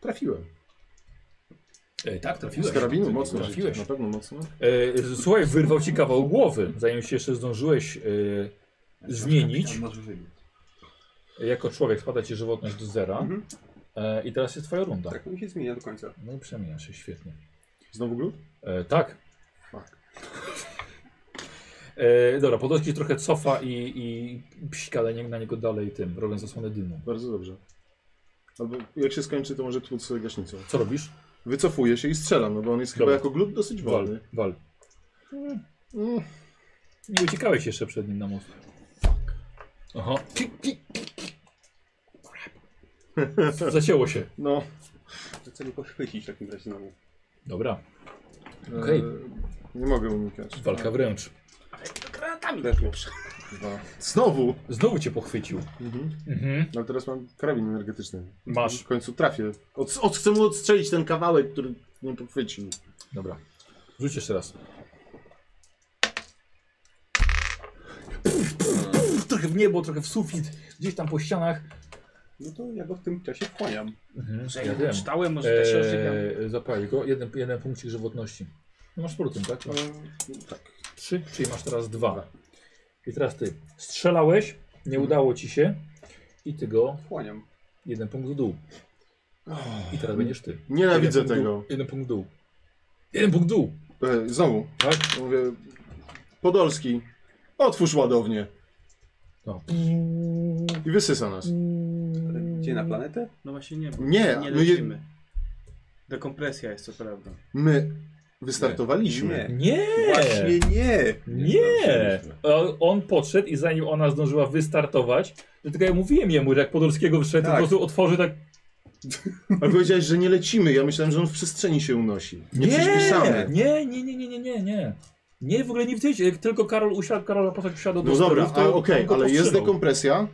Trafiłem. E, tak, Z trafiłeś. karabinu mocno. no. Trafiłeś. Na pewno mocno. E, z- słuchaj, wyrwał ci kawał głowy, zanim się jeszcze zdążyłeś e, zmienić. Jako człowiek spada ci żywotność do zera. Mhm. E, I teraz jest twoja runda. Tak, on się zmienia do końca. No i przemieniasz się świetnie. Znowu glut? E, tak. Fuck. E, dobra, Podolski trochę cofa i, i psika na nie- na niego dalej tym, robiąc zasłonę dymu. Bardzo dobrze. Albo jak się skończy, to może tłuc sobie gaśnicą. Co robisz? Wycofuję się i strzelam, no bo on jest Dobra. chyba jako glut dosyć wolny. Wal. Mm. Nie uciekałeś jeszcze przed nim na most. Aha. Pi, pi, pi, pi. Crap. Zacięło się. No. To Chcę go pochwycić w takim razie znowu. Dobra, Okay. Okej. E, nie mogę unikać. Tak, walka wręcz. Granatami. Weszło. Dwa. Znowu! Znowu cię pochwycił. Mhm. Mhm. No ale teraz mam karabin energetyczny. Masz. W końcu trafię. Od, od, chcę mu odstrzelić ten kawałek, który mnie pochwycił. Dobra. Rzuć jeszcze raz. Trochę w niebo, trochę w sufit, gdzieś tam po ścianach. No to ja go w tym czasie wchłaniam. Mhm. Że Ja ja wiem. czytałem, może też się ożywiam. Eee, zapalił go. Jeden, jeden punkcik żywotności. No masz protem, tak? Masz Eee, trzy, czyli masz teraz dwa. I teraz ty strzelałeś, nie udało ci się i ty go Wchłaniam. jeden punkt w dół. I teraz będziesz ty. Nienawidzę Jeden punkt w tego. Dół, jeden punkt w dół. Jeden punkt w dół. E, znowu. Tak? Mówię, Podolski, otwórz ładownię. No. I wysysa nas. Ale Gdzie na planetę? No właśnie nie, bo Nie, nie no je- lecimy. Dekompresja jest co prawda. My wystartowaliśmy. Nie. Nie! Właśnie nie! Nie! O- On podszedł i zanim ona zdążyła wystartować, dlatego ja mówiłem jemu, że jak Podolskiego wyszedł, to Tak. po prostu otworzy tak Ale powiedziałeś, że nie lecimy. Ja myślałem, że on w przestrzeni się unosi. Nie, przyspieszamy. Nie, nie, nie, nie, nie, nie, nie. Nie, w ogóle nie widzieliście, jak tylko Karol usiadł, Karol postać usiadł No dobra, sterów, a to- okej, to go ale jest powstrzymał. dekompresja,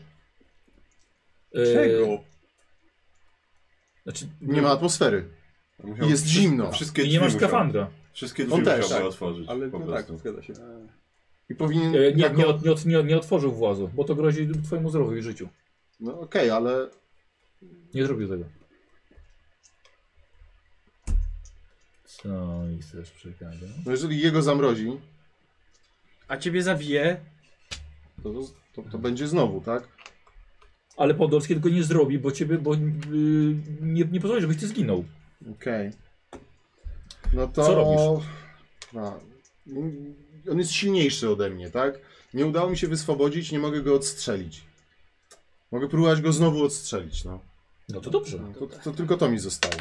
E, Czego? Znaczy, nie ma atmosfery. Musiał- Jest zimno. Wszystkie I nie masz drzwi musiał- skafandra. Wszystkie On drzwi też, musiałby tak. otworzyć. Ale po no tak, prostu. zgadza się. I powinien... tak E, nie, jako- nie, od- nie, od- nie, nie otworzył włazu, bo to grozi twojemu zdrowiu i życiu. No okej, ale... Nie zrobił tego. Co mi chcesz przekazać? No jeżeli jego zamrozi, A ciebie zawije? to, to, to będzie znowu, tak? Ale Podolski tego nie zrobi, bo ciebie, bo y, nie, nie pozwoli, żebyś ty zginął. Okej. No to... Co robisz? A, mm, on jest silniejszy ode mnie, tak? Nie udało mi się wyswobodzić, nie mogę go odstrzelić. Mogę próbować go znowu odstrzelić, no. No to dobrze. No, To, to tylko to mi zostało.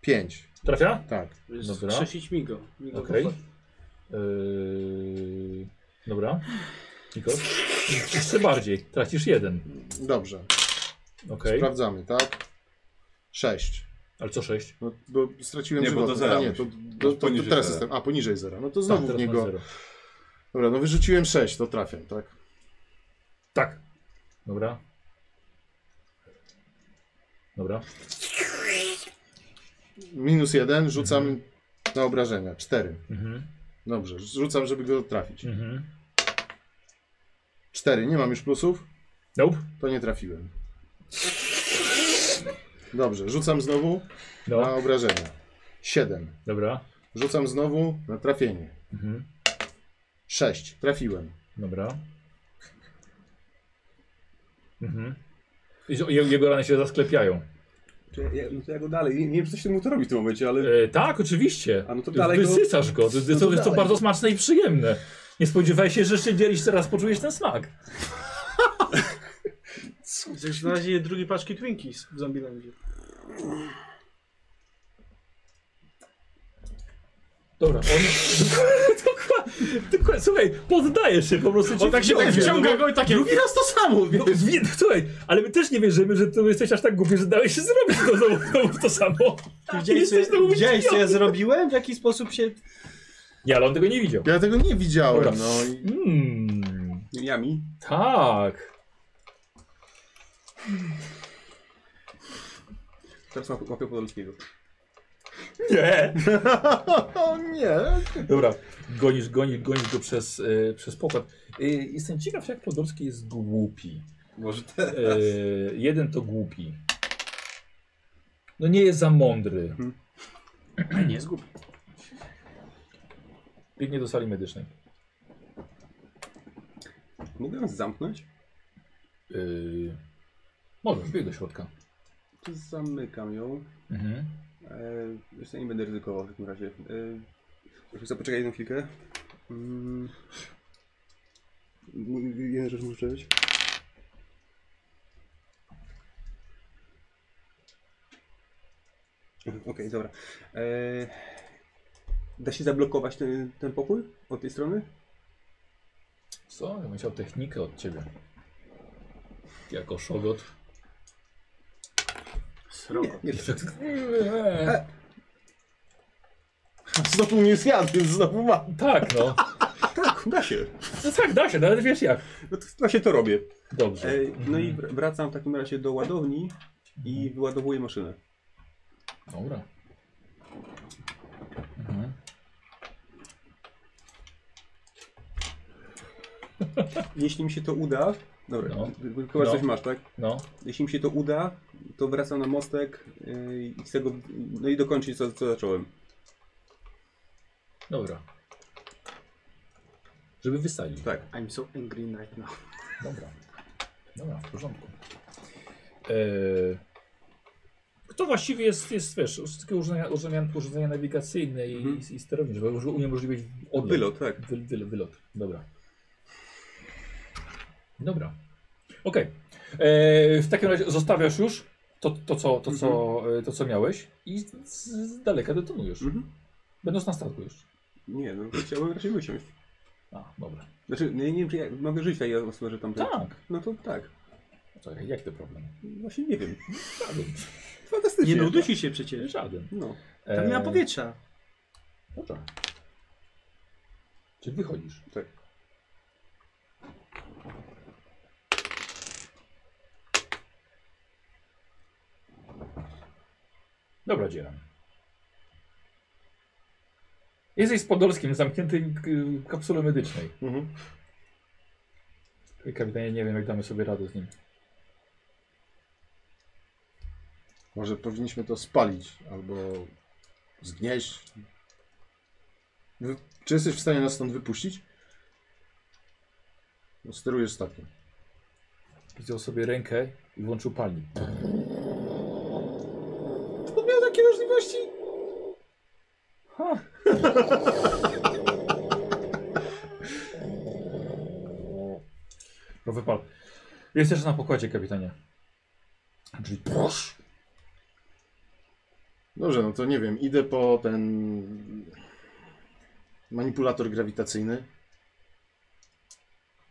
Pięć, Trafia? tak. Dobra. Krzesić mi go. Mi go Okej. popatrz. Yy, dobra. Nikos? Jeszcze bardziej. Tracisz jeden. Dobrze, Okej. sprawdzamy, tak? Sześć. Ale co sześć? No, bo straciłem Nie, bo do żywotność. zera A nie, to, musi. to, to, to Poniżej teraz zera. jestem. A, poniżej zera. No to Tak, znowu w teraz masz niego. zero. Dobra, no wyrzuciłem sześć, to trafiam, tak? Tak. Dobra. Dobra. Minus jeden, rzucam na obrażenia. Cztery. Mhm. Dobrze, rzucam, żeby go trafić. Mhm. Cztery, nie mam już plusów, Nope. to nie trafiłem. Dobrze, rzucam znowu No. na obrażenia. Siedem. Dobra. Rzucam znowu na trafienie. Mhm. Sześć, trafiłem. Dobra. Mhm. I z- je- Jego rany się zasklepiają. Czy ja- ja, no to ja go dalej. Nie, nie wiem, czy coś ty mu to robi w tym momencie, ale. E, tak, oczywiście. A no to dalej go- Wysysasz go. To, to, No to jest to dalej. bardzo smaczne i przyjemne. Nie spodziewaj się, że jeszcze dzielisz teraz, poczujesz ten smak. Przecież znaleźli drugi paczki Twinkies w Zombielandzie. Dobra, on... dokładnie, dokładnie, słuchaj, poddaje się po prostu. cię On tak się tak wciągnie. wciąga go i takie... Drugi raz to samo, No, wie- słuchaj, ale my też nie wierzymy, że ty jesteś aż tak głupi, że dałeś się zrobić to znowu, znowu to samo. Widziałeś, co, Jesteś znowu widziałeś, co idiotą. ja zrobiłem? W jaki sposób się... Nie, ale on tego nie widział. Ja tego nie widziałem, Dobra. no i... Mm, Jami. tak. Teraz łap- łapię Podolskiego. Nie. O No nie! Dobra, e, gonisz, gonisz, gonisz go przez, y, przez pokład. Y, jestem ciekaw, jak Podolski jest głupi. Może te. E, jeden to głupi. No nie jest za mądry. Nie zgub. Biegnie do sali medycznej. Mogę ją zamknąć? E, możesz, bieg do środka. To Zamykam ją. Mhm. E, jeszcze nie będę ryzykował w takim razie. E, proszę, co, poczekaj jedną chwilkę. Mm. M- Jedna rzecz muszę przeżyć. Okej, dobra. E, da się zablokować ten, ten pokój od tej strony? Co? Ja bym chciał technikę od ciebie. Jako szogot. Nie, nie. Znowu nie zjadł, więc znowu mam. Tak, no. Tak, da się. no. Tak, da się, nawet wiesz jak. No to właśnie to robię. Dobrze. E, no Mhm. i wr- wracam w takim razie do ładowni i wyładowuję maszynę. Dobra. Mhm. Jeśli mi się to uda. Dobra, No. no. chyba No. coś masz, tak? No. Jeśli mi się to uda, to wracam na mostek yy, i chcę go. No i dokończyć co, co zacząłem. Dobra. Żeby wysadzić. Tak. I'm so angry right now. Dobra. Dobra, w porządku. E... Kto właściwie jest, jest wiesz, z takiego urządzenia, urządzenia, urządzenia nawigacyjne i, Mhm. i sterownik, żeby już uniemożliwić odlot. Wylot, tak. Wy, wy, wylot. Dobra. Dobra. Okej. E, W takim razie zostawiasz już to, to, co, to, co, e, to co miałeś i z, z daleka detonujesz. Mhm. Będąc na statku jeszcze. Nie, no chciałbym raczej wysiąść. A, dobra. Znaczy, nie, nie wiem, czy ja mogę żyć, jak ja usłyszę tam. Tak. No to tak. Czekaj, jak to problem? Właśnie nie wiem. Żaden. Fantastycznie. Nie no, udusi się przecież. Żaden. No. Tam nie ma E, powietrza. No tak. Czyli wychodzisz. Tak. Dobra, dzielam. Jesteś z Podolskim, zamkniętym k- kapsule medycznej. Oj, Kapitanie, nie wiem, jak damy sobie radę z nim. Może powinniśmy to spalić albo zgnieść. Wy... Czy jesteś w stanie nas stąd wypuścić? No, sterujesz statkiem. Wziął sobie rękę i włączył palnik. On miał takie możliwości. Ha. No wypal. Jest też na pokładzie, kapitanie. Czyli prosz. Dobrze, no to nie wiem. Idę po ten manipulator grawitacyjny.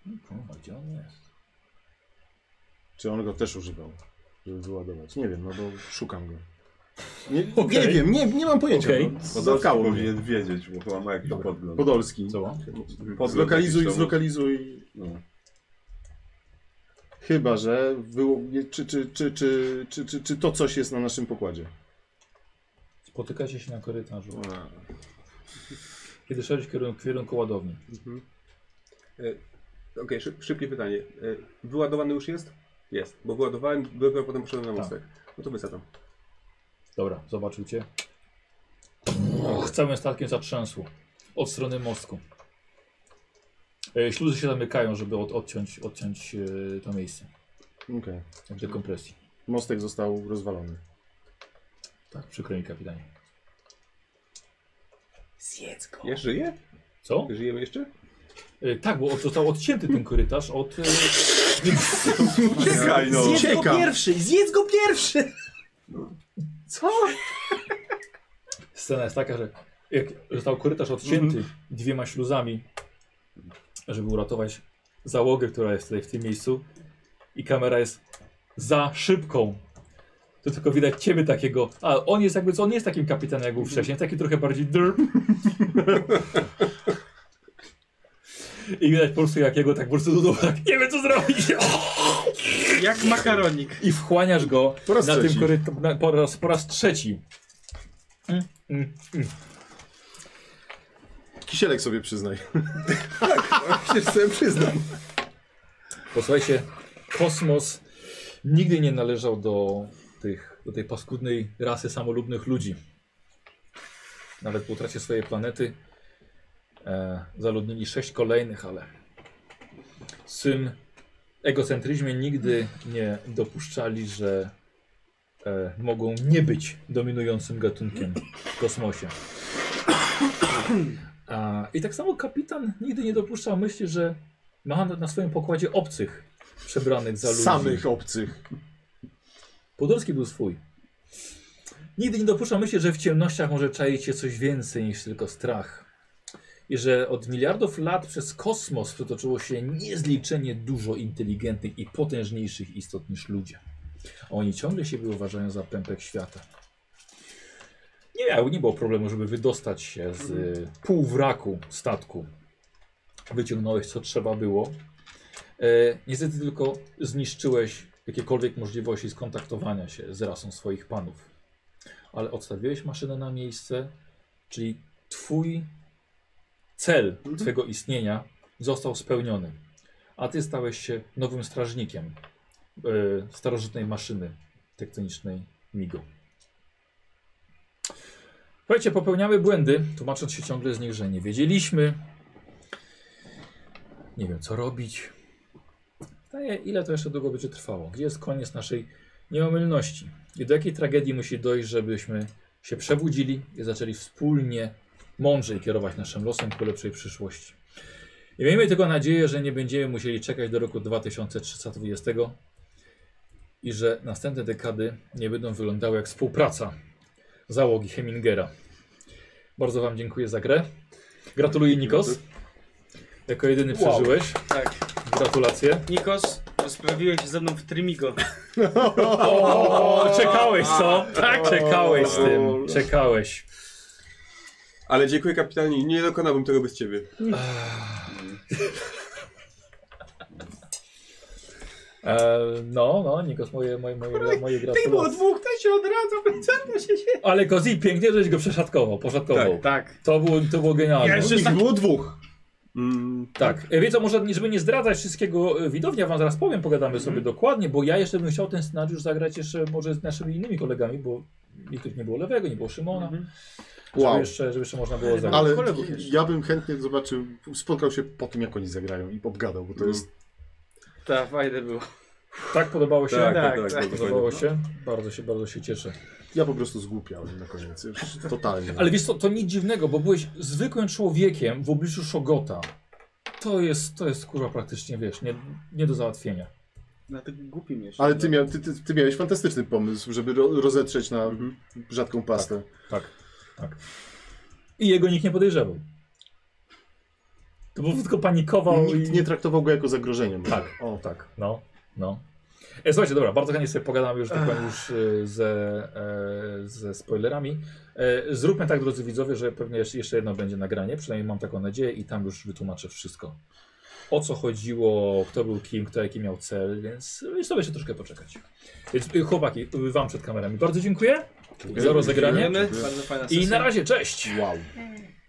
No kurwa, Gdzie on jest? Czy on go też używał, żeby wyładować? Nie wiem, no bo szukam go. Nie, nie Okej. wiem, nie, nie mam pojęcia. Okej. No, Podolski zatkało mnie. powinien wiedzieć, bo chyba ma jakiś Dobra. podgląd. Podolski. Co? on? Podgląd Zlokalizuj, jakiś tam- zlokalizuj. No. Chyba, że było, nie, czy, czy, czy, czy, czy, czy, czy to coś jest na naszym pokładzie. Spotykacie się na korytarzu. A. Kiedy szedłeś w kierunku, w kierunku ładowni. Mhm. E, Okej, szyb, szybkie pytanie. E, wyładowany już jest? Jest, bo wyładowałem, dopiero potem poszedłem Tak. na mostek. No to wysadzam. Dobra, zobaczył cię. Och, całym statkiem zatrzęsło. Od strony mostku. E, Śluzy się zamykają, żeby od, odciąć, odciąć e, to miejsce Okej. od dekompresji. Mostek został rozwalony. Tak, przykro mi kapitanie. Zjedz go. Ja żyję? Co? Żyjemy jeszcze? E, tak, bo od, został odcięty ten korytarz od... E, Czekaj, no. Zjedz go pierwszy! Zjedz go pierwszy! Co? scena jest taka, że jak został korytarz odcięty dwiema śluzami, żeby uratować załogę, która jest tutaj w tym miejscu i kamera jest za szybką. To tylko widać ciebie takiego, a on jest jakby, co on nie jest takim kapitanem jak był wcześniej, taki trochę bardziej drb. I widać po prostu jak jego tak po prostu do tak nie wiem co zrobić. Jak makaronik. I wchłaniasz go Po raz na trzeci. tym korytarzu na- po raz, po raz trzeci. Mm, mm, mm. Kisielek sobie przyznaj. Przecież sobie przyznam. Posłuchajcie, kosmos nigdy nie należał do, tych, do tej paskudnej rasy samolubnych ludzi. Nawet po utracie swojej planety e, zaludnili sześć kolejnych, ale w swym egocentryzmie nigdy nie dopuszczali, że e, mogą nie być dominującym gatunkiem w kosmosie. A, I tak samo kapitan nigdy nie dopuszczał myśli, że ma na- na swoim pokładzie obcych przebranych za ludzi. Samych obcych. Podolski był swój. Nigdy nie dopuszczał myśli, że w ciemnościach może czaić się coś więcej niż tylko strach. I że od miliardów lat przez kosmos przetoczyło się niezliczenie dużo inteligentnych i potężniejszych istot niż ludzie. A oni ciągle siebie uważają za pępek świata. Nie miał, nie było problemu, żeby wydostać się z y, półwraku statku. Wyciągnąłeś co trzeba było. E, niestety tylko zniszczyłeś jakiekolwiek możliwości skontaktowania się z rasą swoich panów. Ale odstawiłeś maszynę na miejsce, czyli twój cel twojego istnienia został spełniony. A ty stałeś się nowym strażnikiem e, starożytnej maszyny tektonicznej Migo. Słuchajcie, popełniamy błędy, tłumacząc się ciągle z nich, że nie wiedzieliśmy, nie wiem co robić. Pytanie, ile to jeszcze długo będzie trwało? Gdzie jest koniec naszej nieomylności? I do jakiej tragedii musi dojść, żebyśmy się przebudzili i zaczęli wspólnie mądrzej kierować naszym losem ku lepszej przyszłości? I miejmy tylko nadzieję, że nie będziemy musieli czekać do roku 2320 i że następne dekady nie będą wyglądały jak współpraca załogi Hemingera. Bardzo Wam dziękuję za grę. Gratuluję Nikos. Jako jedyny Wow. przeżyłeś. Tak. Gratulacje. Nikos, rozprawiłeś się ze mną w Trymigo. O, czekałeś, co? Tak, czekałeś z tym. Czekałeś. Ale dziękuję kapitanie, nie dokonałbym tego bez ciebie. E, no, no, Nikos, moje, moje, moje, moje gratulacje. dwóch, to się odradzam, co to się dzieje? Ale Kozi, pięknie, żeś go przeszatkował, poszatkował. Tak. To było, to było genialne. Ich było dwóch. Tak. E, Wie co, może żeby nie zdradzać wszystkiego e, widowni, ja wam zaraz powiem, pogadamy sobie dokładnie, bo ja jeszcze bym chciał ten scenariusz zagrać jeszcze może z naszymi innymi kolegami, bo niektórych nie było lewego, nie było Szymona. Mhm. Żeby, Wow. jeszcze, żeby jeszcze można było zagrać. Ale kolegów jeszcze. ja bym chętnie zobaczył, spotkał się po tym, jak oni zagrają i obgadał, No. bo to jest Tak, fajne było. Tak podobało się? Tak, tak, tak, tak. tak. bardzo Podobało fajnie. się? Bardzo się, bardzo się cieszę. Ja po prostu zgłupiałem na koniec, już totalnie. Ale wiesz co, to nic dziwnego, bo byłeś zwykłym człowiekiem w obliczu Szogota. To jest, to jest kurwa praktycznie, wiesz, nie, nie do załatwienia. Na tym głupim jeszcze. No. Ale ty, mia, ty, ty, ty miałeś fantastyczny pomysł, żeby ro, rozetrzeć na Mhm. rzadką pastę. Tak, tak. I jego nikt nie podejrzewał. To po prostu tylko panikował Nikt i... nie traktował go jako zagrożenie. może. Tak, O, tak. tak, no, no. E, słuchajcie, dobra, bardzo chętnie sobie pogadamy już, tak powiem, już e, ze, e, ze spoilerami. E, zróbmy tak, drodzy widzowie, że pewnie jeszcze- jeszcze jedno będzie nagranie, przynajmniej mam taką nadzieję i tam już wytłumaczę wszystko. O co chodziło, kto był kim, kto jaki miał cel, więc e, sobie jeszcze troszkę poczekać. Więc e, chłopaki, e, wam przed kamerami bardzo dziękuję za rozegranie Dziękujemy. Bardzo fajna sesja. i na razie, cześć! Wow. Mm.